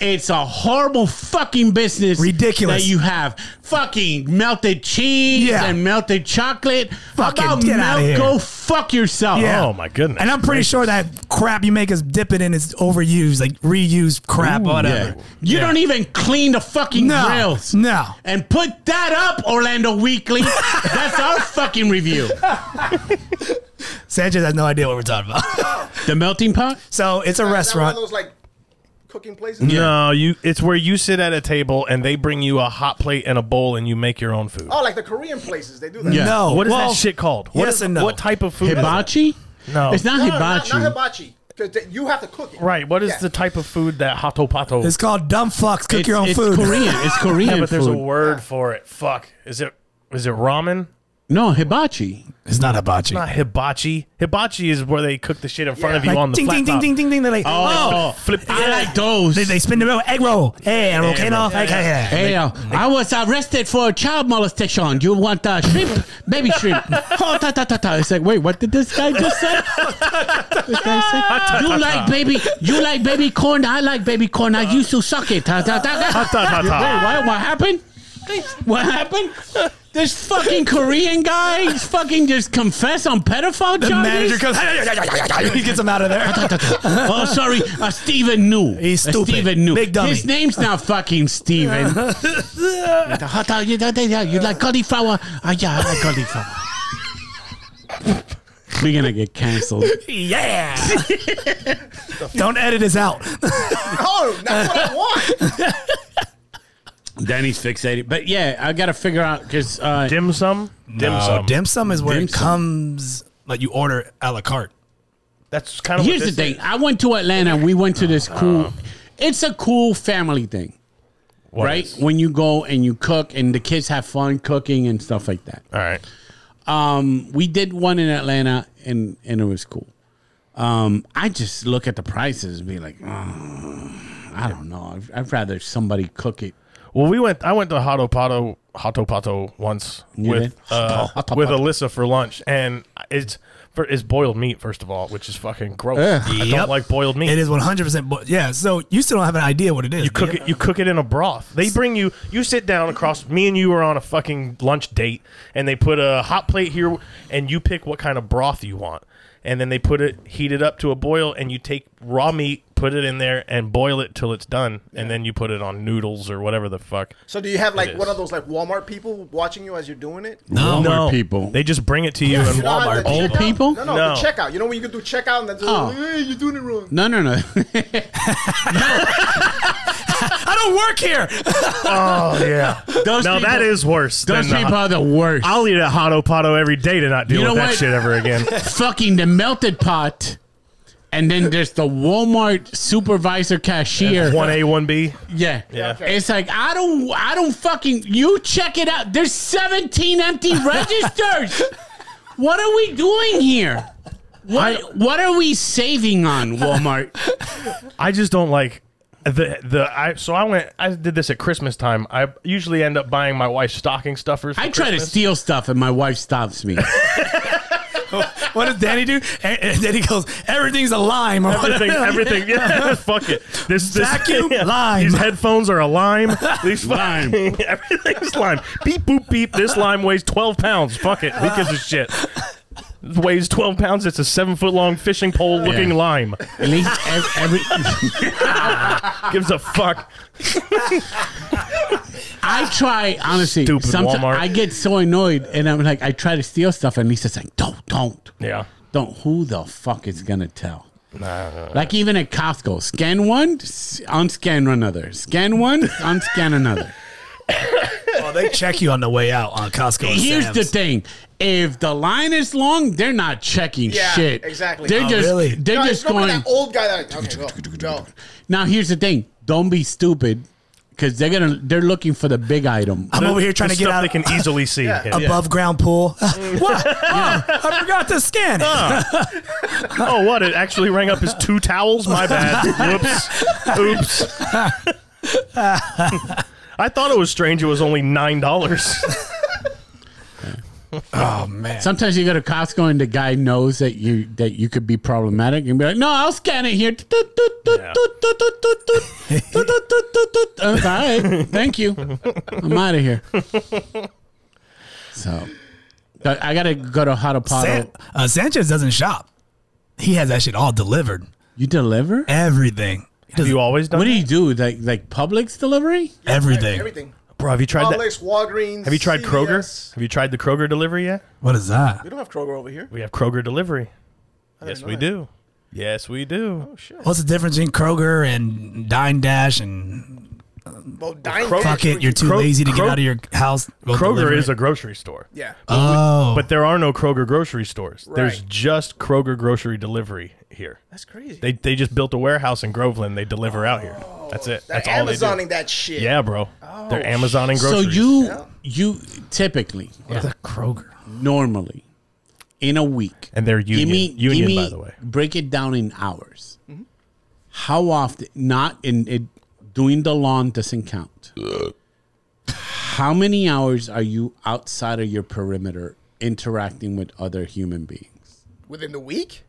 [SPEAKER 2] It's a horrible fucking business.
[SPEAKER 1] Ridiculous.
[SPEAKER 2] That you have fucking melted cheese
[SPEAKER 1] Yeah.
[SPEAKER 2] and melted chocolate. How
[SPEAKER 1] Fucking
[SPEAKER 2] about
[SPEAKER 1] get outta here.
[SPEAKER 2] Go fuck yourself.
[SPEAKER 1] Yeah.
[SPEAKER 3] Oh my goodness.
[SPEAKER 1] And I'm pretty sure that crap you make us dip it in is overused, like reused crap,
[SPEAKER 2] Yeah.
[SPEAKER 1] whatever.
[SPEAKER 2] You don't even clean the fucking
[SPEAKER 1] No,
[SPEAKER 2] grills.
[SPEAKER 1] no.
[SPEAKER 2] And put that up, Orlando Weekly. That's our fucking review.
[SPEAKER 1] Sanchez has no idea what we're talking about.
[SPEAKER 2] The melting pot?
[SPEAKER 1] so it's a
[SPEAKER 4] Is that one of
[SPEAKER 1] restaurant.
[SPEAKER 4] those like cooking places.
[SPEAKER 3] No, you. It's where you sit at a table and they bring you a hot plate and a bowl and you make your own food.
[SPEAKER 4] Oh, like the Korean places, they do that.
[SPEAKER 2] Yeah.
[SPEAKER 1] No.
[SPEAKER 3] what is
[SPEAKER 1] well,
[SPEAKER 3] that shit called? What
[SPEAKER 1] yes
[SPEAKER 3] is-
[SPEAKER 1] and no.
[SPEAKER 3] What type of food? is that?
[SPEAKER 2] Hibachi?
[SPEAKER 3] No.
[SPEAKER 2] It's not
[SPEAKER 4] No, no, not,
[SPEAKER 2] hibachi.
[SPEAKER 4] not hibachi. Because you have to cook it.
[SPEAKER 3] Right. What is
[SPEAKER 4] Yeah.
[SPEAKER 3] the type of food that hato pato?
[SPEAKER 1] It's called dumb fucks. Cook your own
[SPEAKER 2] it's
[SPEAKER 1] food.
[SPEAKER 2] Korean. It's Korean
[SPEAKER 3] yeah, but there's
[SPEAKER 2] food.
[SPEAKER 3] a word for it. Fuck. Is it? Is it ramen?
[SPEAKER 2] no, hibachi.
[SPEAKER 1] It's not hibachi.
[SPEAKER 3] Not hibachi. Hibachi is where they cook the shit in front of you
[SPEAKER 1] Like,
[SPEAKER 3] on the
[SPEAKER 1] ding,
[SPEAKER 3] flat
[SPEAKER 1] ding, ding,
[SPEAKER 3] top.
[SPEAKER 1] ding, ding, ding. They're like, oh,
[SPEAKER 3] Flip.
[SPEAKER 2] I like those.
[SPEAKER 1] They, they spin the roll. Egg roll. Hey, I'm okay now.
[SPEAKER 3] roll.
[SPEAKER 1] Hey, hey, hey.
[SPEAKER 2] Hey, uh, I was arrested for child molestation. You want uh, shrimp, baby shrimp? Oh, ta, ta, ta, ta. It's like, wait, what did this guy just say? This guy say? You like baby? You like baby corn? I like baby corn. I used to suck it. Ta, ta, ta, ta.
[SPEAKER 3] Ta, ta, ta, ta.
[SPEAKER 2] Wait, what? What happened? What happened? This fucking Korean guy he's fucking just confess on pedophile charges.
[SPEAKER 1] The manager comes. he gets him out of there.
[SPEAKER 2] oh, sorry, uh, Steven knew.
[SPEAKER 1] He's
[SPEAKER 2] Uh,
[SPEAKER 1] stupid.
[SPEAKER 2] Steven knew.
[SPEAKER 1] Big dummy.
[SPEAKER 2] His name's not fucking Steven. uh, you like cauliflower? Uh, yeah, I like cauliflower. We're gonna get canceled.
[SPEAKER 1] yeah. Don't edit this out.
[SPEAKER 4] No, Oh, that's what I want.
[SPEAKER 2] Danny's fixated, but yeah, I gotta figure out because uh,
[SPEAKER 3] Dim sum? Dim
[SPEAKER 1] Oh,
[SPEAKER 3] sum.
[SPEAKER 1] dim sum is where
[SPEAKER 2] Dim
[SPEAKER 1] it
[SPEAKER 2] sum.
[SPEAKER 1] comes. Like you order a la carte.
[SPEAKER 3] That's kind of
[SPEAKER 2] here's the thing. I went to Atlanta. We went to this cool. It's a cool family thing, right? When you go and you cook, and the kids have fun cooking and stuff like that.
[SPEAKER 3] All right.
[SPEAKER 2] we did one in Atlanta, and and it was cool. Um, I just look at the prices and be like, "Mm, I don't know. I'd, I'd rather somebody cook it.
[SPEAKER 3] Well, we went. I went to Hato Pato Hato Pato once with
[SPEAKER 2] did?
[SPEAKER 3] uh,
[SPEAKER 2] Hato- Hato
[SPEAKER 3] with
[SPEAKER 2] Pato.
[SPEAKER 3] Alyssa for lunch, and it's for it's boiled meat first of all, which is fucking gross. I
[SPEAKER 1] Yep.
[SPEAKER 3] don't like boiled meat.
[SPEAKER 1] It is 100%. Bo- yeah, so you still don't have an idea what it is.
[SPEAKER 3] You cook it. You cook it in a broth. They bring you. You sit down across. Me and you are on a fucking lunch date, and they put a hot plate here, and you pick what kind of broth you want, and then they put it, heat it up to a boil, and you take raw meat, put it in there, and boil it till it's done, and then you put it on noodles or whatever the fuck.
[SPEAKER 4] So do you have
[SPEAKER 3] It
[SPEAKER 4] like
[SPEAKER 3] is.
[SPEAKER 4] one of those like Walmart people watching you as you're doing it?
[SPEAKER 2] Walmart people.
[SPEAKER 3] They just bring it to you in
[SPEAKER 4] You know how
[SPEAKER 3] Walmart.
[SPEAKER 4] the
[SPEAKER 2] Old
[SPEAKER 4] checkout-
[SPEAKER 2] people?
[SPEAKER 4] No, no,
[SPEAKER 3] No.
[SPEAKER 4] the checkout. You know when you can do checkout and then
[SPEAKER 2] Oh.
[SPEAKER 4] hey, you're doing it wrong.
[SPEAKER 2] no, no, no.
[SPEAKER 1] I don't work here.
[SPEAKER 3] Oh yeah.
[SPEAKER 2] those
[SPEAKER 3] now
[SPEAKER 2] people,
[SPEAKER 3] that is worse.
[SPEAKER 2] those
[SPEAKER 3] Than the,
[SPEAKER 2] people are the worst.
[SPEAKER 3] I'll eat a hot pato every day to not deal
[SPEAKER 2] You know
[SPEAKER 3] with that
[SPEAKER 2] what?
[SPEAKER 3] shit ever again.
[SPEAKER 2] fucking the melted pot, and then there's the Walmart supervisor cashier.
[SPEAKER 3] One A, one B.
[SPEAKER 2] Yeah,
[SPEAKER 3] Yeah.
[SPEAKER 2] It's like I don't, I don't fucking. You check it out. There's 17 empty registers. What are we doing here? What What are we saving on Walmart?
[SPEAKER 3] I just don't like the the I so I went I did this at Christmas time. I usually end up buying my wife's stocking stuffers. for
[SPEAKER 2] I try to
[SPEAKER 3] Christmas.
[SPEAKER 2] steal stuff, and my wife stops me.
[SPEAKER 1] what does Danny do? And, and then he goes, everything's a lime. Or
[SPEAKER 3] everything.
[SPEAKER 1] whatever.
[SPEAKER 3] Everything. Yeah, fuck it. This this
[SPEAKER 1] Vacuum,
[SPEAKER 3] yeah.
[SPEAKER 1] lime.
[SPEAKER 3] These headphones are a lime. These
[SPEAKER 2] Lime.
[SPEAKER 3] lime. Everything's lime. Beep boop beep. This lime weighs twelve pounds. Fuck it. Who gives a shit? It Weighs twelve pounds. It's a seven foot long fishing pole looking
[SPEAKER 2] Yeah.
[SPEAKER 3] lime.
[SPEAKER 2] At least ev- every,
[SPEAKER 3] Gives a fuck.
[SPEAKER 2] I try honestly.
[SPEAKER 3] Stupid
[SPEAKER 2] sometimes
[SPEAKER 3] Walmart.
[SPEAKER 2] I get so annoyed, and I'm like, I try to steal stuff, and Lisa's like, "Don't, don't,
[SPEAKER 3] Yeah.
[SPEAKER 2] don't." Who the fuck is gonna tell? Like even at Costco, scan one, s- unscan another. Scan one, unscan another.
[SPEAKER 1] Oh, they check you on the way out on Costco. and
[SPEAKER 2] Here's the
[SPEAKER 1] Sam's.
[SPEAKER 2] thing: if the line is long, they're not checking
[SPEAKER 4] Yeah,
[SPEAKER 2] shit.
[SPEAKER 4] exactly.
[SPEAKER 2] They're
[SPEAKER 4] Oh,
[SPEAKER 2] just
[SPEAKER 1] really?
[SPEAKER 2] they're
[SPEAKER 4] No,
[SPEAKER 2] just
[SPEAKER 4] it's remember
[SPEAKER 2] going.
[SPEAKER 4] That old guy that. Okay, go, go.
[SPEAKER 2] now here's the thing: don't be stupid, because they're gonna they're looking for the big item.
[SPEAKER 1] I'm over here trying
[SPEAKER 3] The
[SPEAKER 1] to get
[SPEAKER 3] stuff
[SPEAKER 1] out
[SPEAKER 3] They can easily see. Yeah.
[SPEAKER 1] above ground pool. what? Uh, Oh, I forgot to scan it.
[SPEAKER 3] Oh, what? It actually rang up as two towels? My bad. Whoops. Oops. I thought it was strange. It was only $9.
[SPEAKER 2] Sometimes you go to Costco and the guy knows that you that you could be problematic and be like, "No, I'll scan it here." Tut, tut, tut, tut,
[SPEAKER 3] Yeah.
[SPEAKER 2] tut, tut, tut, tut, tut, tut, tut, tut, tut. Uh, All right, thank you. I'm out of here. So, but I gotta go to Hot
[SPEAKER 1] San-
[SPEAKER 2] Potato.
[SPEAKER 1] uh, Sanchez doesn't shop. He has that shit all delivered.
[SPEAKER 2] You deliver?
[SPEAKER 1] Everything. He does
[SPEAKER 3] you always done
[SPEAKER 2] What do
[SPEAKER 3] that?
[SPEAKER 2] you do? Like like Publix delivery?
[SPEAKER 1] everything.
[SPEAKER 4] Everything.
[SPEAKER 3] Bro, have you tried that?
[SPEAKER 4] Publix, Walgreens.
[SPEAKER 3] Have you tried
[SPEAKER 4] CVS.
[SPEAKER 3] Kroger? Have you tried the Kroger delivery yet?
[SPEAKER 1] What is that?
[SPEAKER 4] We don't have Kroger over here.
[SPEAKER 3] We have Kroger delivery. Yes,
[SPEAKER 4] know
[SPEAKER 3] we
[SPEAKER 4] that. Oh,
[SPEAKER 3] do. Yes, we do.
[SPEAKER 1] What's the difference between Kroger and Dine Dash and
[SPEAKER 4] Well, dine
[SPEAKER 1] fuck it? You're too
[SPEAKER 3] Kro-
[SPEAKER 1] lazy to get
[SPEAKER 3] Kro-
[SPEAKER 1] out of your house. Go
[SPEAKER 3] Kroger
[SPEAKER 1] deliver
[SPEAKER 3] is
[SPEAKER 1] it.
[SPEAKER 3] a grocery store.
[SPEAKER 4] Yeah.
[SPEAKER 1] oh,
[SPEAKER 3] But there are no Kroger grocery stores. There's
[SPEAKER 4] Right.
[SPEAKER 3] just Kroger grocery delivery here.
[SPEAKER 4] That's crazy.
[SPEAKER 3] They, they just built a warehouse in Groveland. They deliver out here. That's it.
[SPEAKER 4] They're
[SPEAKER 3] That's all they do.
[SPEAKER 4] Amazoning that shit.
[SPEAKER 3] Yeah, bro. They're Amazoning
[SPEAKER 2] So
[SPEAKER 3] groceries.
[SPEAKER 2] you you typically
[SPEAKER 1] What's a Kroger.
[SPEAKER 2] normally in a week
[SPEAKER 3] And they're union- union, by the way.
[SPEAKER 2] break it down in hours how often not in it doing the lawn doesn't count how many hours are you outside of your perimeter interacting with other human beings
[SPEAKER 4] Within the week?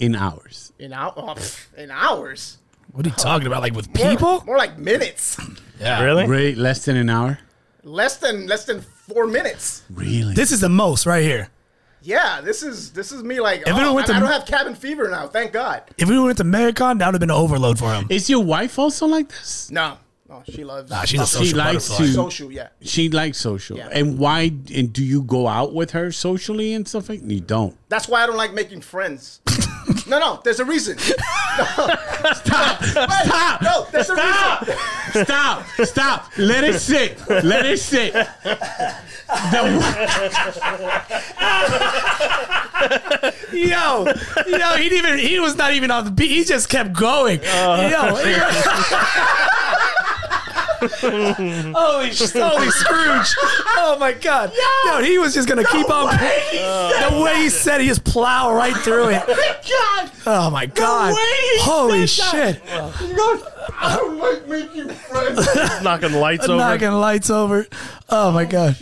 [SPEAKER 2] in hours
[SPEAKER 4] In, hou- oh, pff, in hours?
[SPEAKER 1] What are you talking about? Like with
[SPEAKER 4] More-
[SPEAKER 1] people?
[SPEAKER 4] More like minutes.
[SPEAKER 3] really?
[SPEAKER 2] really less than an hour
[SPEAKER 4] Less than less than four minutes.
[SPEAKER 2] Really?
[SPEAKER 1] This is the most right here.
[SPEAKER 4] Yeah, this is this is me like.
[SPEAKER 1] If it
[SPEAKER 4] oh,
[SPEAKER 1] went
[SPEAKER 4] I,
[SPEAKER 1] to-
[SPEAKER 4] I don't have cabin fever now. Thank God.
[SPEAKER 1] If we went to Maricon, that would have been an overload for him.
[SPEAKER 2] is your wife also like this?
[SPEAKER 4] No, no, Oh, she loves.
[SPEAKER 1] Nah, she's a
[SPEAKER 2] She
[SPEAKER 1] social
[SPEAKER 2] likes
[SPEAKER 1] butterfly.
[SPEAKER 2] to-
[SPEAKER 4] social. Yeah,
[SPEAKER 2] She likes social.
[SPEAKER 4] Yeah.
[SPEAKER 2] And why? And do you go out with her socially and stuff like? You don't.
[SPEAKER 4] that's why I don't like making friends. no, no, there's a reason.
[SPEAKER 2] Stop!
[SPEAKER 4] No, there's a
[SPEAKER 2] Stop!
[SPEAKER 4] reason.
[SPEAKER 2] Stop! Stop! Let it sit. Let it sit. The-
[SPEAKER 1] Yo, yo, he didn't even he was not even on the beat. He just kept going. yo. holy, sh- holy Scrooge! Oh my God! Yo, he was just gonna keep on. the way he said, it, he just plow right through it.
[SPEAKER 2] God!
[SPEAKER 1] Oh my God! holy shit!
[SPEAKER 5] I don't like making friends.
[SPEAKER 3] knocking lights over.
[SPEAKER 1] Knocking lights over. Oh my God!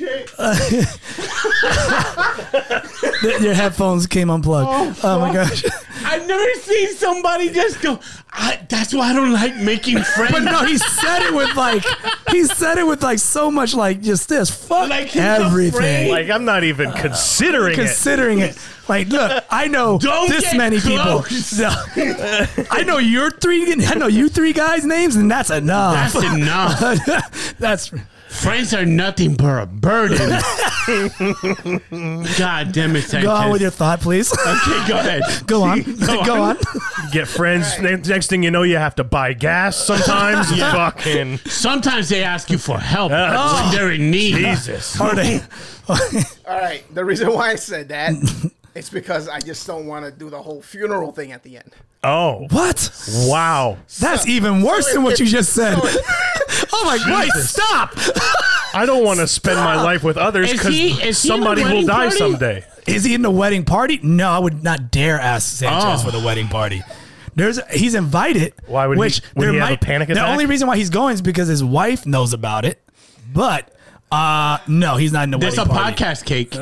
[SPEAKER 1] Your headphones came unplugged. Oh, my gosh!
[SPEAKER 2] I've never seen somebody just go. I, that's why I don't like making friends.
[SPEAKER 1] But no, he said it with like he said it with like so much like just this fuck
[SPEAKER 2] Like he's
[SPEAKER 1] everything.
[SPEAKER 2] afraid.
[SPEAKER 3] Like I'm not even considering it.
[SPEAKER 1] considering it. Like, look, I know
[SPEAKER 2] Don't
[SPEAKER 1] this
[SPEAKER 2] get
[SPEAKER 1] many
[SPEAKER 2] close.
[SPEAKER 1] people. No. I know your three. I know you three guys' names, and that's enough.
[SPEAKER 2] that's enough.
[SPEAKER 1] that's
[SPEAKER 2] Friends are nothing but a burden. God damn it!
[SPEAKER 1] go on with your thought, please.
[SPEAKER 2] Okay, go ahead.
[SPEAKER 1] go on,
[SPEAKER 2] Go
[SPEAKER 1] go on.
[SPEAKER 3] Get friends. ne- Next thing you know, you have to buy gas sometimes. Fucking
[SPEAKER 2] Sometimes they ask you for help
[SPEAKER 3] Oh.
[SPEAKER 2] when they're in need.
[SPEAKER 3] Jesus.
[SPEAKER 1] Are they?
[SPEAKER 4] All right. The reason why I said that, it's because I just don't want to do the whole funeral thing at the end.
[SPEAKER 3] Oh
[SPEAKER 1] What?
[SPEAKER 3] wow.
[SPEAKER 1] That's even worse than what you just said.
[SPEAKER 4] So-
[SPEAKER 1] Oh my god! Stop!
[SPEAKER 3] I don't want to spend my life with others
[SPEAKER 2] Is he- is he in
[SPEAKER 3] because somebody
[SPEAKER 2] the
[SPEAKER 3] will
[SPEAKER 2] wedding
[SPEAKER 3] die
[SPEAKER 2] party?
[SPEAKER 3] someday.
[SPEAKER 1] Is he in the wedding party? No, I would not dare ask Sanchez
[SPEAKER 2] Oh.
[SPEAKER 1] for the wedding party. There's he's invited.
[SPEAKER 3] Why would he-
[SPEAKER 1] which
[SPEAKER 3] would
[SPEAKER 1] there
[SPEAKER 3] he have
[SPEAKER 1] might
[SPEAKER 3] a panic
[SPEAKER 1] The
[SPEAKER 3] attack?
[SPEAKER 1] only reason why he's going is because his wife knows about it. But uh no, he's not in the
[SPEAKER 2] There's a
[SPEAKER 1] wedding party. Uh,
[SPEAKER 2] podcast cake.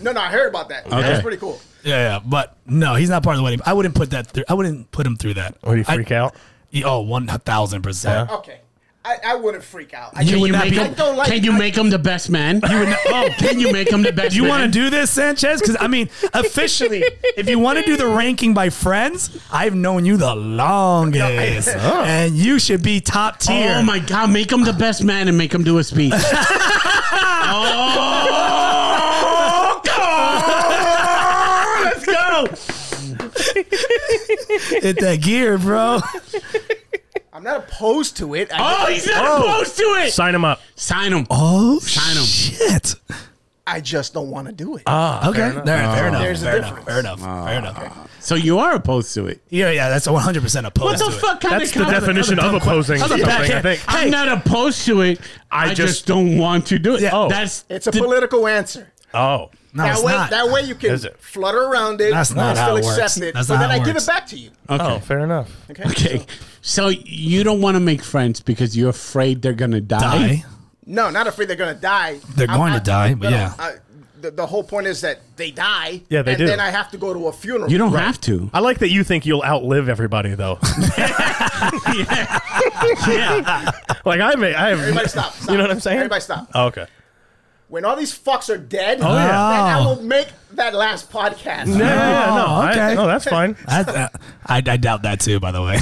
[SPEAKER 4] No, no, I heard about that. That was pretty cool.
[SPEAKER 1] Yeah, yeah, but no, he's not part of the wedding. I wouldn't put that through. I wouldn't put him through that.
[SPEAKER 3] Would he freak out?
[SPEAKER 1] I, oh, one thousand percent.
[SPEAKER 4] Okay. I, I wouldn't freak out. I
[SPEAKER 1] You
[SPEAKER 4] just-
[SPEAKER 1] would not
[SPEAKER 2] make
[SPEAKER 1] be-
[SPEAKER 2] him,
[SPEAKER 4] I don't like-
[SPEAKER 2] can you
[SPEAKER 4] I-
[SPEAKER 2] make him the best man? You would not, oh, can you make him the best?
[SPEAKER 1] You want to do
[SPEAKER 2] man?
[SPEAKER 1] this, Sanchez? Because I mean, officially, if you want to do the ranking by friends, I've known you the longest, and you should be top tier.
[SPEAKER 2] Oh my God! Make him the best man and make him do a speech. oh, come on! Let's go.
[SPEAKER 1] Hit that gear, bro.
[SPEAKER 4] I'm not opposed to it. I,
[SPEAKER 2] Oh, he's not opposed to it.
[SPEAKER 3] Sign him up.
[SPEAKER 2] Sign him.
[SPEAKER 1] Oh
[SPEAKER 2] Sign 'em.
[SPEAKER 1] shit!
[SPEAKER 4] I just don't want to do it.
[SPEAKER 1] Okay, fair enough. Fair enough.
[SPEAKER 4] There's a
[SPEAKER 1] fair, enough
[SPEAKER 4] difference.
[SPEAKER 1] fair enough. Fair enough.
[SPEAKER 2] So you are opposed to it.
[SPEAKER 1] Yeah, yeah. That's 100 percent opposed.
[SPEAKER 2] What the
[SPEAKER 1] to it.
[SPEAKER 2] fuck kind
[SPEAKER 3] That's
[SPEAKER 2] of
[SPEAKER 3] the
[SPEAKER 2] comment-
[SPEAKER 3] definition of opposing
[SPEAKER 1] That's a
[SPEAKER 3] something. I
[SPEAKER 1] backhand.
[SPEAKER 3] think.
[SPEAKER 1] Hey,
[SPEAKER 2] I'm not opposed to it. I, just,
[SPEAKER 3] just-
[SPEAKER 2] don't want to do it.
[SPEAKER 1] Yeah.
[SPEAKER 2] Oh,
[SPEAKER 1] Oh.
[SPEAKER 2] that's
[SPEAKER 4] it's a
[SPEAKER 2] the-
[SPEAKER 4] political answer.
[SPEAKER 3] Oh,
[SPEAKER 1] no,
[SPEAKER 4] that
[SPEAKER 1] it's
[SPEAKER 4] way,
[SPEAKER 1] not.
[SPEAKER 4] that way you can
[SPEAKER 3] Is it?
[SPEAKER 4] flutter around it.
[SPEAKER 1] That's
[SPEAKER 4] and
[SPEAKER 1] not how
[SPEAKER 4] still
[SPEAKER 1] it works.
[SPEAKER 4] accept it.
[SPEAKER 1] That's
[SPEAKER 4] but
[SPEAKER 1] not
[SPEAKER 4] then
[SPEAKER 1] how it
[SPEAKER 4] I give
[SPEAKER 1] works.
[SPEAKER 4] it back to you.
[SPEAKER 3] oh, fair enough.
[SPEAKER 4] Okay.
[SPEAKER 2] Okay. So you don't want to make friends because you're afraid they're gonna die.
[SPEAKER 1] Die.
[SPEAKER 4] No, not afraid they're going to die.
[SPEAKER 1] They're going to die, but
[SPEAKER 4] no, no,
[SPEAKER 1] yeah.
[SPEAKER 4] I, the, the whole point is that they die.
[SPEAKER 3] Yeah, they
[SPEAKER 4] and
[SPEAKER 3] do.
[SPEAKER 4] then I have to go to a funeral.
[SPEAKER 2] You don't have to.
[SPEAKER 3] I like that you think you'll outlive everybody though. yeah. Like I may I
[SPEAKER 4] Everybody
[SPEAKER 3] have
[SPEAKER 4] stop, stop.
[SPEAKER 3] You know what I'm saying?
[SPEAKER 4] Everybody stop.
[SPEAKER 3] Oh, okay.
[SPEAKER 4] When all these fucks are dead,
[SPEAKER 3] yeah.
[SPEAKER 4] then I
[SPEAKER 1] Oh.
[SPEAKER 4] will make that last podcast.
[SPEAKER 3] Yeah, Oh, yeah, no, I-
[SPEAKER 1] okay.
[SPEAKER 3] no, that's fine.
[SPEAKER 1] I, uh, I, I doubt that too. By the way,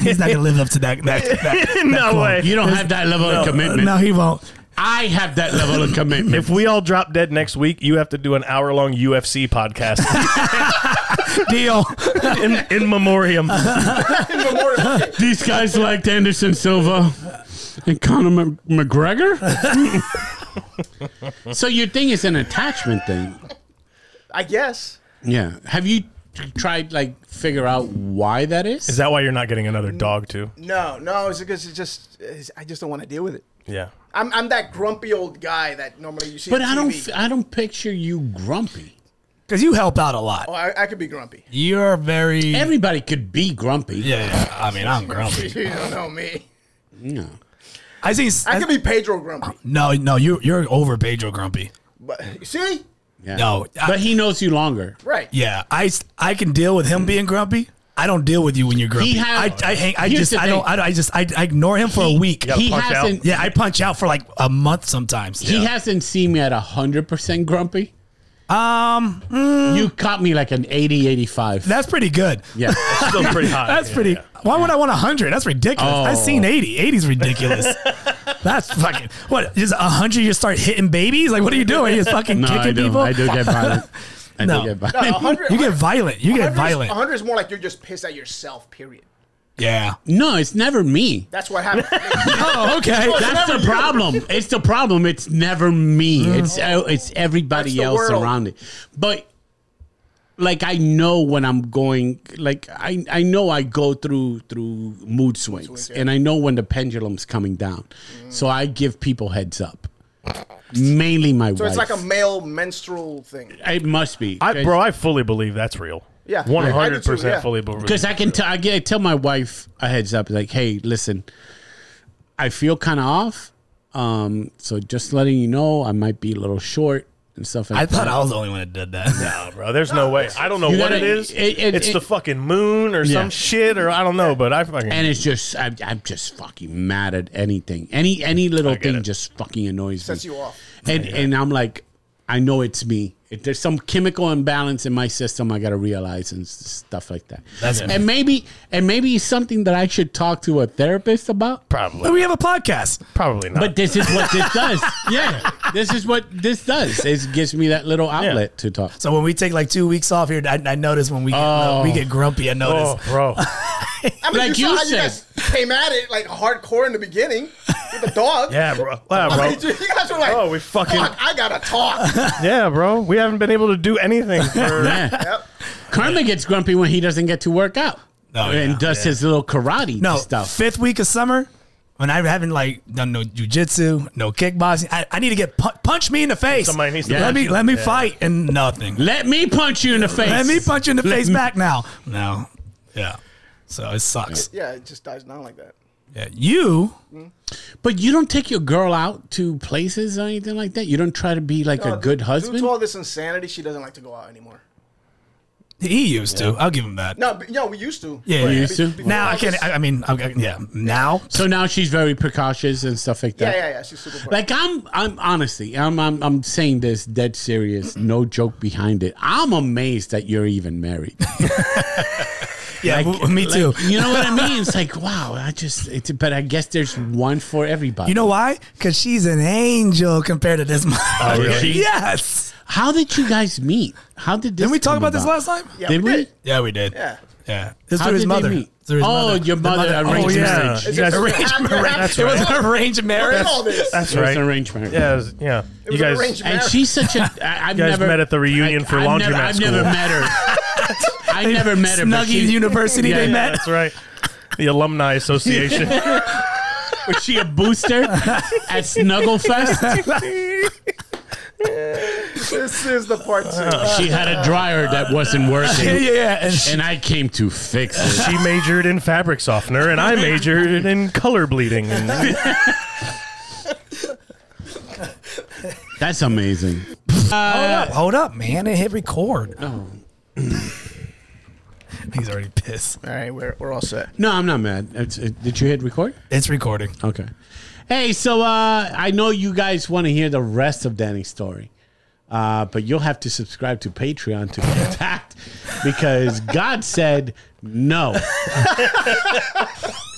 [SPEAKER 1] he's not gonna live up to that. that, that
[SPEAKER 3] no way.
[SPEAKER 2] You don't have that level of commitment.
[SPEAKER 1] no, he won't.
[SPEAKER 2] I have that level of commitment.
[SPEAKER 3] if we all drop dead next week, you have to do an hour long UFC podcast
[SPEAKER 1] Deal.
[SPEAKER 3] in, in memoriam.
[SPEAKER 4] In memoriam. Okay.
[SPEAKER 2] These guys liked Anderson Silva and Conor Mac- McGregor. so your thing is an attachment thing.
[SPEAKER 4] I guess.
[SPEAKER 2] Yeah. Have you t- tried like figure out why that is?
[SPEAKER 3] Is that why you're not getting another dog too?
[SPEAKER 4] No, no, it's because it's just it's, I just don't want to deal with it.
[SPEAKER 3] Yeah.
[SPEAKER 4] I'm, I'm that grumpy old guy that normally you see.
[SPEAKER 2] but
[SPEAKER 4] on
[SPEAKER 2] I don't.
[SPEAKER 4] TV.
[SPEAKER 2] f- I don't picture you grumpy.
[SPEAKER 1] Because you help out a lot.
[SPEAKER 4] oh, I, I could be grumpy.
[SPEAKER 1] You're very. Yeah,
[SPEAKER 2] Everybody could be grumpy.
[SPEAKER 1] yeah. I mean, I'm grumpy.
[SPEAKER 4] You don't know me.
[SPEAKER 2] Yeah.
[SPEAKER 1] I see.
[SPEAKER 4] I could be Pedro grumpy.
[SPEAKER 1] no, no. You you're over Pedro grumpy.
[SPEAKER 4] But you see,
[SPEAKER 2] Yeah.
[SPEAKER 1] No, I-
[SPEAKER 2] But he knows you longer.
[SPEAKER 4] right?
[SPEAKER 1] Yeah, I, s- I can deal with him being grumpy. I don't deal with you when you're grumpy.
[SPEAKER 2] He has-
[SPEAKER 1] I, I, hang, I
[SPEAKER 2] Here's
[SPEAKER 1] just,
[SPEAKER 2] the
[SPEAKER 1] I don't,
[SPEAKER 2] thing.
[SPEAKER 1] I, don't- I just, I, I ignore him for a week.
[SPEAKER 3] gotta
[SPEAKER 2] he
[SPEAKER 3] punch out.
[SPEAKER 2] hasn't.
[SPEAKER 1] yeah, I punch out for like a month sometimes.
[SPEAKER 2] He hasn't seen me at hundred percent grumpy.
[SPEAKER 1] Um, mm,
[SPEAKER 2] You caught me like an 80, 85.
[SPEAKER 1] that's pretty good.
[SPEAKER 2] yeah.
[SPEAKER 3] Still pretty hot.
[SPEAKER 1] That's
[SPEAKER 3] Yeah,
[SPEAKER 1] pretty.
[SPEAKER 3] yeah.
[SPEAKER 1] Why would I want 100? That's ridiculous.
[SPEAKER 2] Oh.
[SPEAKER 1] I've seen 80. 80's ridiculous. That's fucking. What? Is 100 you start hitting babies? Like, what are you doing? You're fucking
[SPEAKER 2] no,
[SPEAKER 1] kicking
[SPEAKER 2] I do.
[SPEAKER 1] people?
[SPEAKER 2] I do get violent. I
[SPEAKER 1] No.
[SPEAKER 2] do get violent.
[SPEAKER 4] No, 100,
[SPEAKER 1] You get violent. You get violent.
[SPEAKER 4] 100 is more like you're just pissed at yourself, period.
[SPEAKER 1] Yeah.
[SPEAKER 2] No, it's never me.
[SPEAKER 4] That's what happened.
[SPEAKER 1] Oh, okay.
[SPEAKER 2] That's the problem. It's the problem. It's never me. It's uh, it's everybody
[SPEAKER 4] Mm. That's the
[SPEAKER 2] else
[SPEAKER 4] world.
[SPEAKER 2] around it. But like I know when I'm going. Like I I know I go through through mood swings, and I know when the pendulum's coming down. So I give people heads up. Mainly my
[SPEAKER 4] Mm. so
[SPEAKER 2] wife.
[SPEAKER 4] it's like a male menstrual thing.
[SPEAKER 2] It must be,
[SPEAKER 3] I, bro, I fully believe that's real.
[SPEAKER 4] Yeah.
[SPEAKER 3] one hundred
[SPEAKER 4] I do too, yeah.
[SPEAKER 3] percent fully believe.
[SPEAKER 2] Because I can tell, I get I tell my wife a heads up, like, "Hey, listen, I feel kind of off. Um, so just letting you know, I might be a little short and stuff." Like
[SPEAKER 1] I
[SPEAKER 2] that.
[SPEAKER 1] thought I was the only one that did that.
[SPEAKER 3] No, bro. There's no way. I don't know
[SPEAKER 2] You
[SPEAKER 3] what
[SPEAKER 2] gotta-
[SPEAKER 3] it is.
[SPEAKER 2] it- it-
[SPEAKER 3] it's
[SPEAKER 2] it-
[SPEAKER 3] the fucking moon or
[SPEAKER 2] Yeah.
[SPEAKER 3] some shit, or I don't know. But I fucking
[SPEAKER 2] and it's just, I'm, I'm just fucking mad at anything. Any any little
[SPEAKER 3] get
[SPEAKER 2] thing
[SPEAKER 3] it.
[SPEAKER 2] just fucking annoys
[SPEAKER 4] Sets
[SPEAKER 2] me.
[SPEAKER 4] you off.
[SPEAKER 2] And and I'm like, I know it's me. If there's some chemical imbalance in my system, I gotta realize and s- stuff like that.
[SPEAKER 1] That's-
[SPEAKER 2] and maybe and maybe it's something that I should talk to a therapist about.
[SPEAKER 1] But
[SPEAKER 3] probably
[SPEAKER 1] we have a podcast.
[SPEAKER 3] probably not.
[SPEAKER 2] But this is what this does. Yeah, this is what this does. It gives me that little outlet to talk.
[SPEAKER 1] So when we take like two weeks off here, I, I notice when we get, uh,
[SPEAKER 2] Oh.
[SPEAKER 1] we get grumpy. I notice.
[SPEAKER 3] oh, bro,
[SPEAKER 4] I mean,
[SPEAKER 2] Like
[SPEAKER 4] you,
[SPEAKER 2] you
[SPEAKER 4] saw how you guys
[SPEAKER 2] said.
[SPEAKER 4] came at it like hardcore in the beginning with the dog.
[SPEAKER 3] yeah, bro, yeah,
[SPEAKER 4] I
[SPEAKER 3] bro.
[SPEAKER 4] mean, you guys were like,
[SPEAKER 3] Oh, we fucking-
[SPEAKER 4] "Fuck, I gotta talk.
[SPEAKER 3] yeah, bro. We haven't been able to do anything. For,
[SPEAKER 2] Yeah.
[SPEAKER 4] Yep.
[SPEAKER 2] Karma gets grumpy when he doesn't get to work out
[SPEAKER 1] Oh,
[SPEAKER 2] and
[SPEAKER 1] yeah.
[SPEAKER 2] does his little karate
[SPEAKER 1] No,
[SPEAKER 2] stuff.
[SPEAKER 1] fifth week of summer, when I haven't like done no jujitsu, no kickboxing, I, I need to get pu- punch me in the face.
[SPEAKER 3] Somebody needs to
[SPEAKER 1] let
[SPEAKER 3] punch
[SPEAKER 1] me
[SPEAKER 3] you.
[SPEAKER 1] let me fight and nothing.
[SPEAKER 2] Let me punch you in the face.
[SPEAKER 1] Let me punch you in the
[SPEAKER 2] Let
[SPEAKER 1] face
[SPEAKER 2] me-
[SPEAKER 1] back now. No, yeah. So it sucks.
[SPEAKER 4] Yeah, it just dies down like that.
[SPEAKER 1] Yeah. You
[SPEAKER 2] But you don't take your girl out to places or anything like that. You don't try to be like a good
[SPEAKER 4] Uh, Due
[SPEAKER 2] husband.
[SPEAKER 4] to all this insanity, she doesn't like to go out anymore.
[SPEAKER 1] he used to. I'll give him that.
[SPEAKER 4] No, but, yeah, we used to.
[SPEAKER 1] Yeah,
[SPEAKER 4] But
[SPEAKER 1] you
[SPEAKER 2] used to?
[SPEAKER 4] before
[SPEAKER 1] Now
[SPEAKER 4] all
[SPEAKER 1] I can't.
[SPEAKER 4] this-
[SPEAKER 1] I, I mean, I, I, yeah. Now
[SPEAKER 2] So now she's very precautious and stuff like
[SPEAKER 4] yeah,
[SPEAKER 2] that.
[SPEAKER 4] yeah, yeah. She's super. Funny.
[SPEAKER 2] Like I'm, I'm honestly, I'm, I'm, I'm saying this dead serious, no joke behind it. I'm amazed that you're even married.
[SPEAKER 1] yeah. w- me
[SPEAKER 2] Like,
[SPEAKER 1] too.
[SPEAKER 2] You know what I mean? It's like, wow, I just, it's, but I guess there's one for everybody.
[SPEAKER 1] You know why? Because she's an angel compared to this. Oh,
[SPEAKER 2] really?
[SPEAKER 1] yes.
[SPEAKER 2] how did you guys meet? How did this?
[SPEAKER 1] Didn't we talk
[SPEAKER 2] come
[SPEAKER 1] about this last time?
[SPEAKER 4] yeah,
[SPEAKER 2] did we?
[SPEAKER 1] Yeah, we did.
[SPEAKER 4] Yeah.
[SPEAKER 1] Yeah. It's
[SPEAKER 2] How
[SPEAKER 1] through his
[SPEAKER 2] did they
[SPEAKER 1] mother.
[SPEAKER 2] meet?
[SPEAKER 1] Through his
[SPEAKER 2] Oh, your
[SPEAKER 1] The
[SPEAKER 2] mother
[SPEAKER 1] Oh,
[SPEAKER 2] arranged
[SPEAKER 1] yeah.
[SPEAKER 2] marriage.
[SPEAKER 4] It's
[SPEAKER 3] You guys-
[SPEAKER 4] just
[SPEAKER 1] Arranged
[SPEAKER 4] happy-
[SPEAKER 1] marriage.
[SPEAKER 4] happy-
[SPEAKER 1] It was
[SPEAKER 4] Look
[SPEAKER 1] an arranged marriage.
[SPEAKER 4] at all this.
[SPEAKER 3] that's
[SPEAKER 2] It was
[SPEAKER 3] right.
[SPEAKER 2] an arranged marriage.
[SPEAKER 3] Yeah, it was- yeah.
[SPEAKER 4] It
[SPEAKER 3] you
[SPEAKER 4] was an
[SPEAKER 3] guys,
[SPEAKER 4] arranged
[SPEAKER 2] And
[SPEAKER 4] marriage.
[SPEAKER 2] she's such a. I, I've
[SPEAKER 3] guys
[SPEAKER 2] never
[SPEAKER 3] met at the reunion for
[SPEAKER 2] I've never,
[SPEAKER 3] laundromat
[SPEAKER 2] I've never
[SPEAKER 3] school.
[SPEAKER 2] met her. I never met her. but
[SPEAKER 1] Snuggies
[SPEAKER 2] she-
[SPEAKER 1] University
[SPEAKER 2] Yeah,
[SPEAKER 1] they
[SPEAKER 2] yeah,
[SPEAKER 1] met.
[SPEAKER 3] that's right. The alumni association.
[SPEAKER 2] Was she a booster at Snugglefest?
[SPEAKER 4] this is the part two.
[SPEAKER 2] She had a dryer that wasn't
[SPEAKER 1] Yeah,
[SPEAKER 2] working,
[SPEAKER 1] yeah, yeah. And she,
[SPEAKER 2] and I came to fix it.
[SPEAKER 3] she majored in fabric softener, and I majored in color bleeding. And
[SPEAKER 2] That's amazing.
[SPEAKER 1] hold, up, hold up, man. It hit record.
[SPEAKER 2] Oh.
[SPEAKER 1] He's already pissed.
[SPEAKER 4] all right, we're, we're all set.
[SPEAKER 2] No, I'm not mad. It's, it, did you hit record?
[SPEAKER 1] It's recording.
[SPEAKER 2] Okay. Hey, so uh, I know you guys want to hear the rest of Danny's story, uh, but you'll have to subscribe to Patreon to get that because God said no.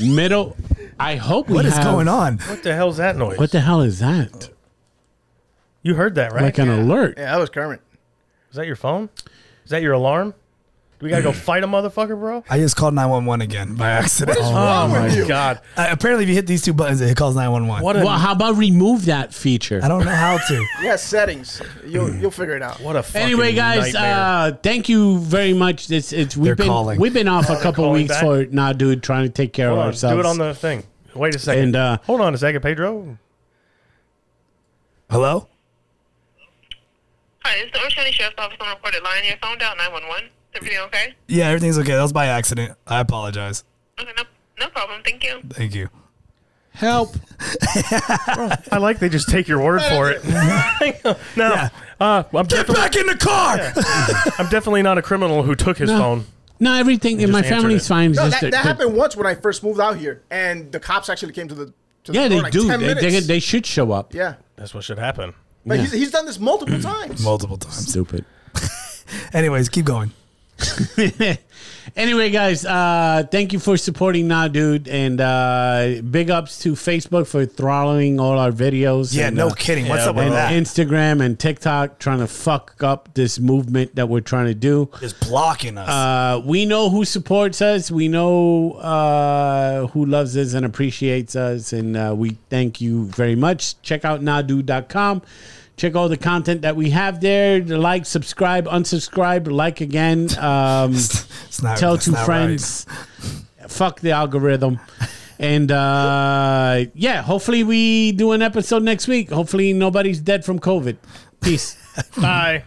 [SPEAKER 2] Middle, I hope we
[SPEAKER 1] What is
[SPEAKER 2] have-
[SPEAKER 1] going on?
[SPEAKER 3] what the hell's that noise?
[SPEAKER 2] What the hell is that?
[SPEAKER 3] You heard that, right?
[SPEAKER 2] Like an alert.
[SPEAKER 4] Yeah, that was Kermit.
[SPEAKER 3] Is that your phone? Is that your alarm? Do we gotta go fight a motherfucker, bro?
[SPEAKER 1] I just called 911 again by accident.
[SPEAKER 3] Oh my god!
[SPEAKER 1] Uh, apparently, if you hit these two buttons, it calls 911.
[SPEAKER 3] What a
[SPEAKER 2] Well, how about remove that feature?
[SPEAKER 1] I don't know how to.
[SPEAKER 4] Yeah, settings. You'll you'll figure it out.
[SPEAKER 3] what a fucking
[SPEAKER 2] Anyway, guys,
[SPEAKER 3] nightmare.
[SPEAKER 2] uh, thank you very much. It's it's we've
[SPEAKER 1] They're
[SPEAKER 2] been
[SPEAKER 1] calling.
[SPEAKER 2] we've been off a couple
[SPEAKER 3] calling
[SPEAKER 2] weeks
[SPEAKER 3] back?
[SPEAKER 2] for nah, dude, trying to take care
[SPEAKER 3] Hold
[SPEAKER 2] of
[SPEAKER 3] on,
[SPEAKER 2] ourselves.
[SPEAKER 3] do it on the thing. Wait a second.
[SPEAKER 2] And, uh,
[SPEAKER 3] Hold on a second, Pedro.
[SPEAKER 1] Hello?
[SPEAKER 7] Hi, this is the Orange County Sheriff's Office on a recorded line. Your phone dial 911. Is everything okay?
[SPEAKER 1] Yeah, everything's okay. That was by accident. I apologize.
[SPEAKER 7] Okay, no, no problem. Thank you.
[SPEAKER 1] Thank you.
[SPEAKER 2] Help!
[SPEAKER 3] I like they just take your word for it. no, uh, I'm,
[SPEAKER 1] Get
[SPEAKER 3] defi-
[SPEAKER 1] back in the car.
[SPEAKER 3] I'm definitely not a criminal who took his phone.
[SPEAKER 2] No, everything in
[SPEAKER 3] just
[SPEAKER 2] my
[SPEAKER 3] answered
[SPEAKER 2] family's
[SPEAKER 3] it.
[SPEAKER 2] fine. It's
[SPEAKER 4] No,
[SPEAKER 2] just
[SPEAKER 4] that, that happened once when I first moved out here, and the cops actually came to the. To the
[SPEAKER 2] Yeah,
[SPEAKER 4] door
[SPEAKER 2] they
[SPEAKER 4] in like
[SPEAKER 2] do.
[SPEAKER 4] 10
[SPEAKER 2] They, they,
[SPEAKER 4] minutes.
[SPEAKER 2] they should show up.
[SPEAKER 4] yeah,
[SPEAKER 3] That's what should happen.
[SPEAKER 4] but
[SPEAKER 2] Yeah.
[SPEAKER 4] He's, he's done this multiple times.
[SPEAKER 1] multiple times.
[SPEAKER 2] Stupid.
[SPEAKER 1] Anyways, keep going.
[SPEAKER 2] anyway, guys, uh, thank you for supporting Nah Dude, and uh, big ups to Facebook for throttling all our videos.
[SPEAKER 1] Yeah,
[SPEAKER 2] and,
[SPEAKER 1] no
[SPEAKER 2] uh,
[SPEAKER 1] kidding. What's up with
[SPEAKER 2] and
[SPEAKER 1] that?
[SPEAKER 2] Instagram and TikTok trying to fuck up this movement that we're trying to do.
[SPEAKER 1] Just blocking us.
[SPEAKER 2] Uh, we know who supports us. We know uh, who loves us and appreciates us. And uh, we thank you very much. Check out nadu.com. Check all the content that we have there. Like, subscribe, unsubscribe, like again. Um,
[SPEAKER 1] it's not,
[SPEAKER 2] tell
[SPEAKER 1] it's
[SPEAKER 2] two
[SPEAKER 1] not
[SPEAKER 2] friends. Fuck the algorithm. And uh, yeah, hopefully we do an episode next week. Hopefully nobody's dead from COVID. Peace.
[SPEAKER 3] Bye.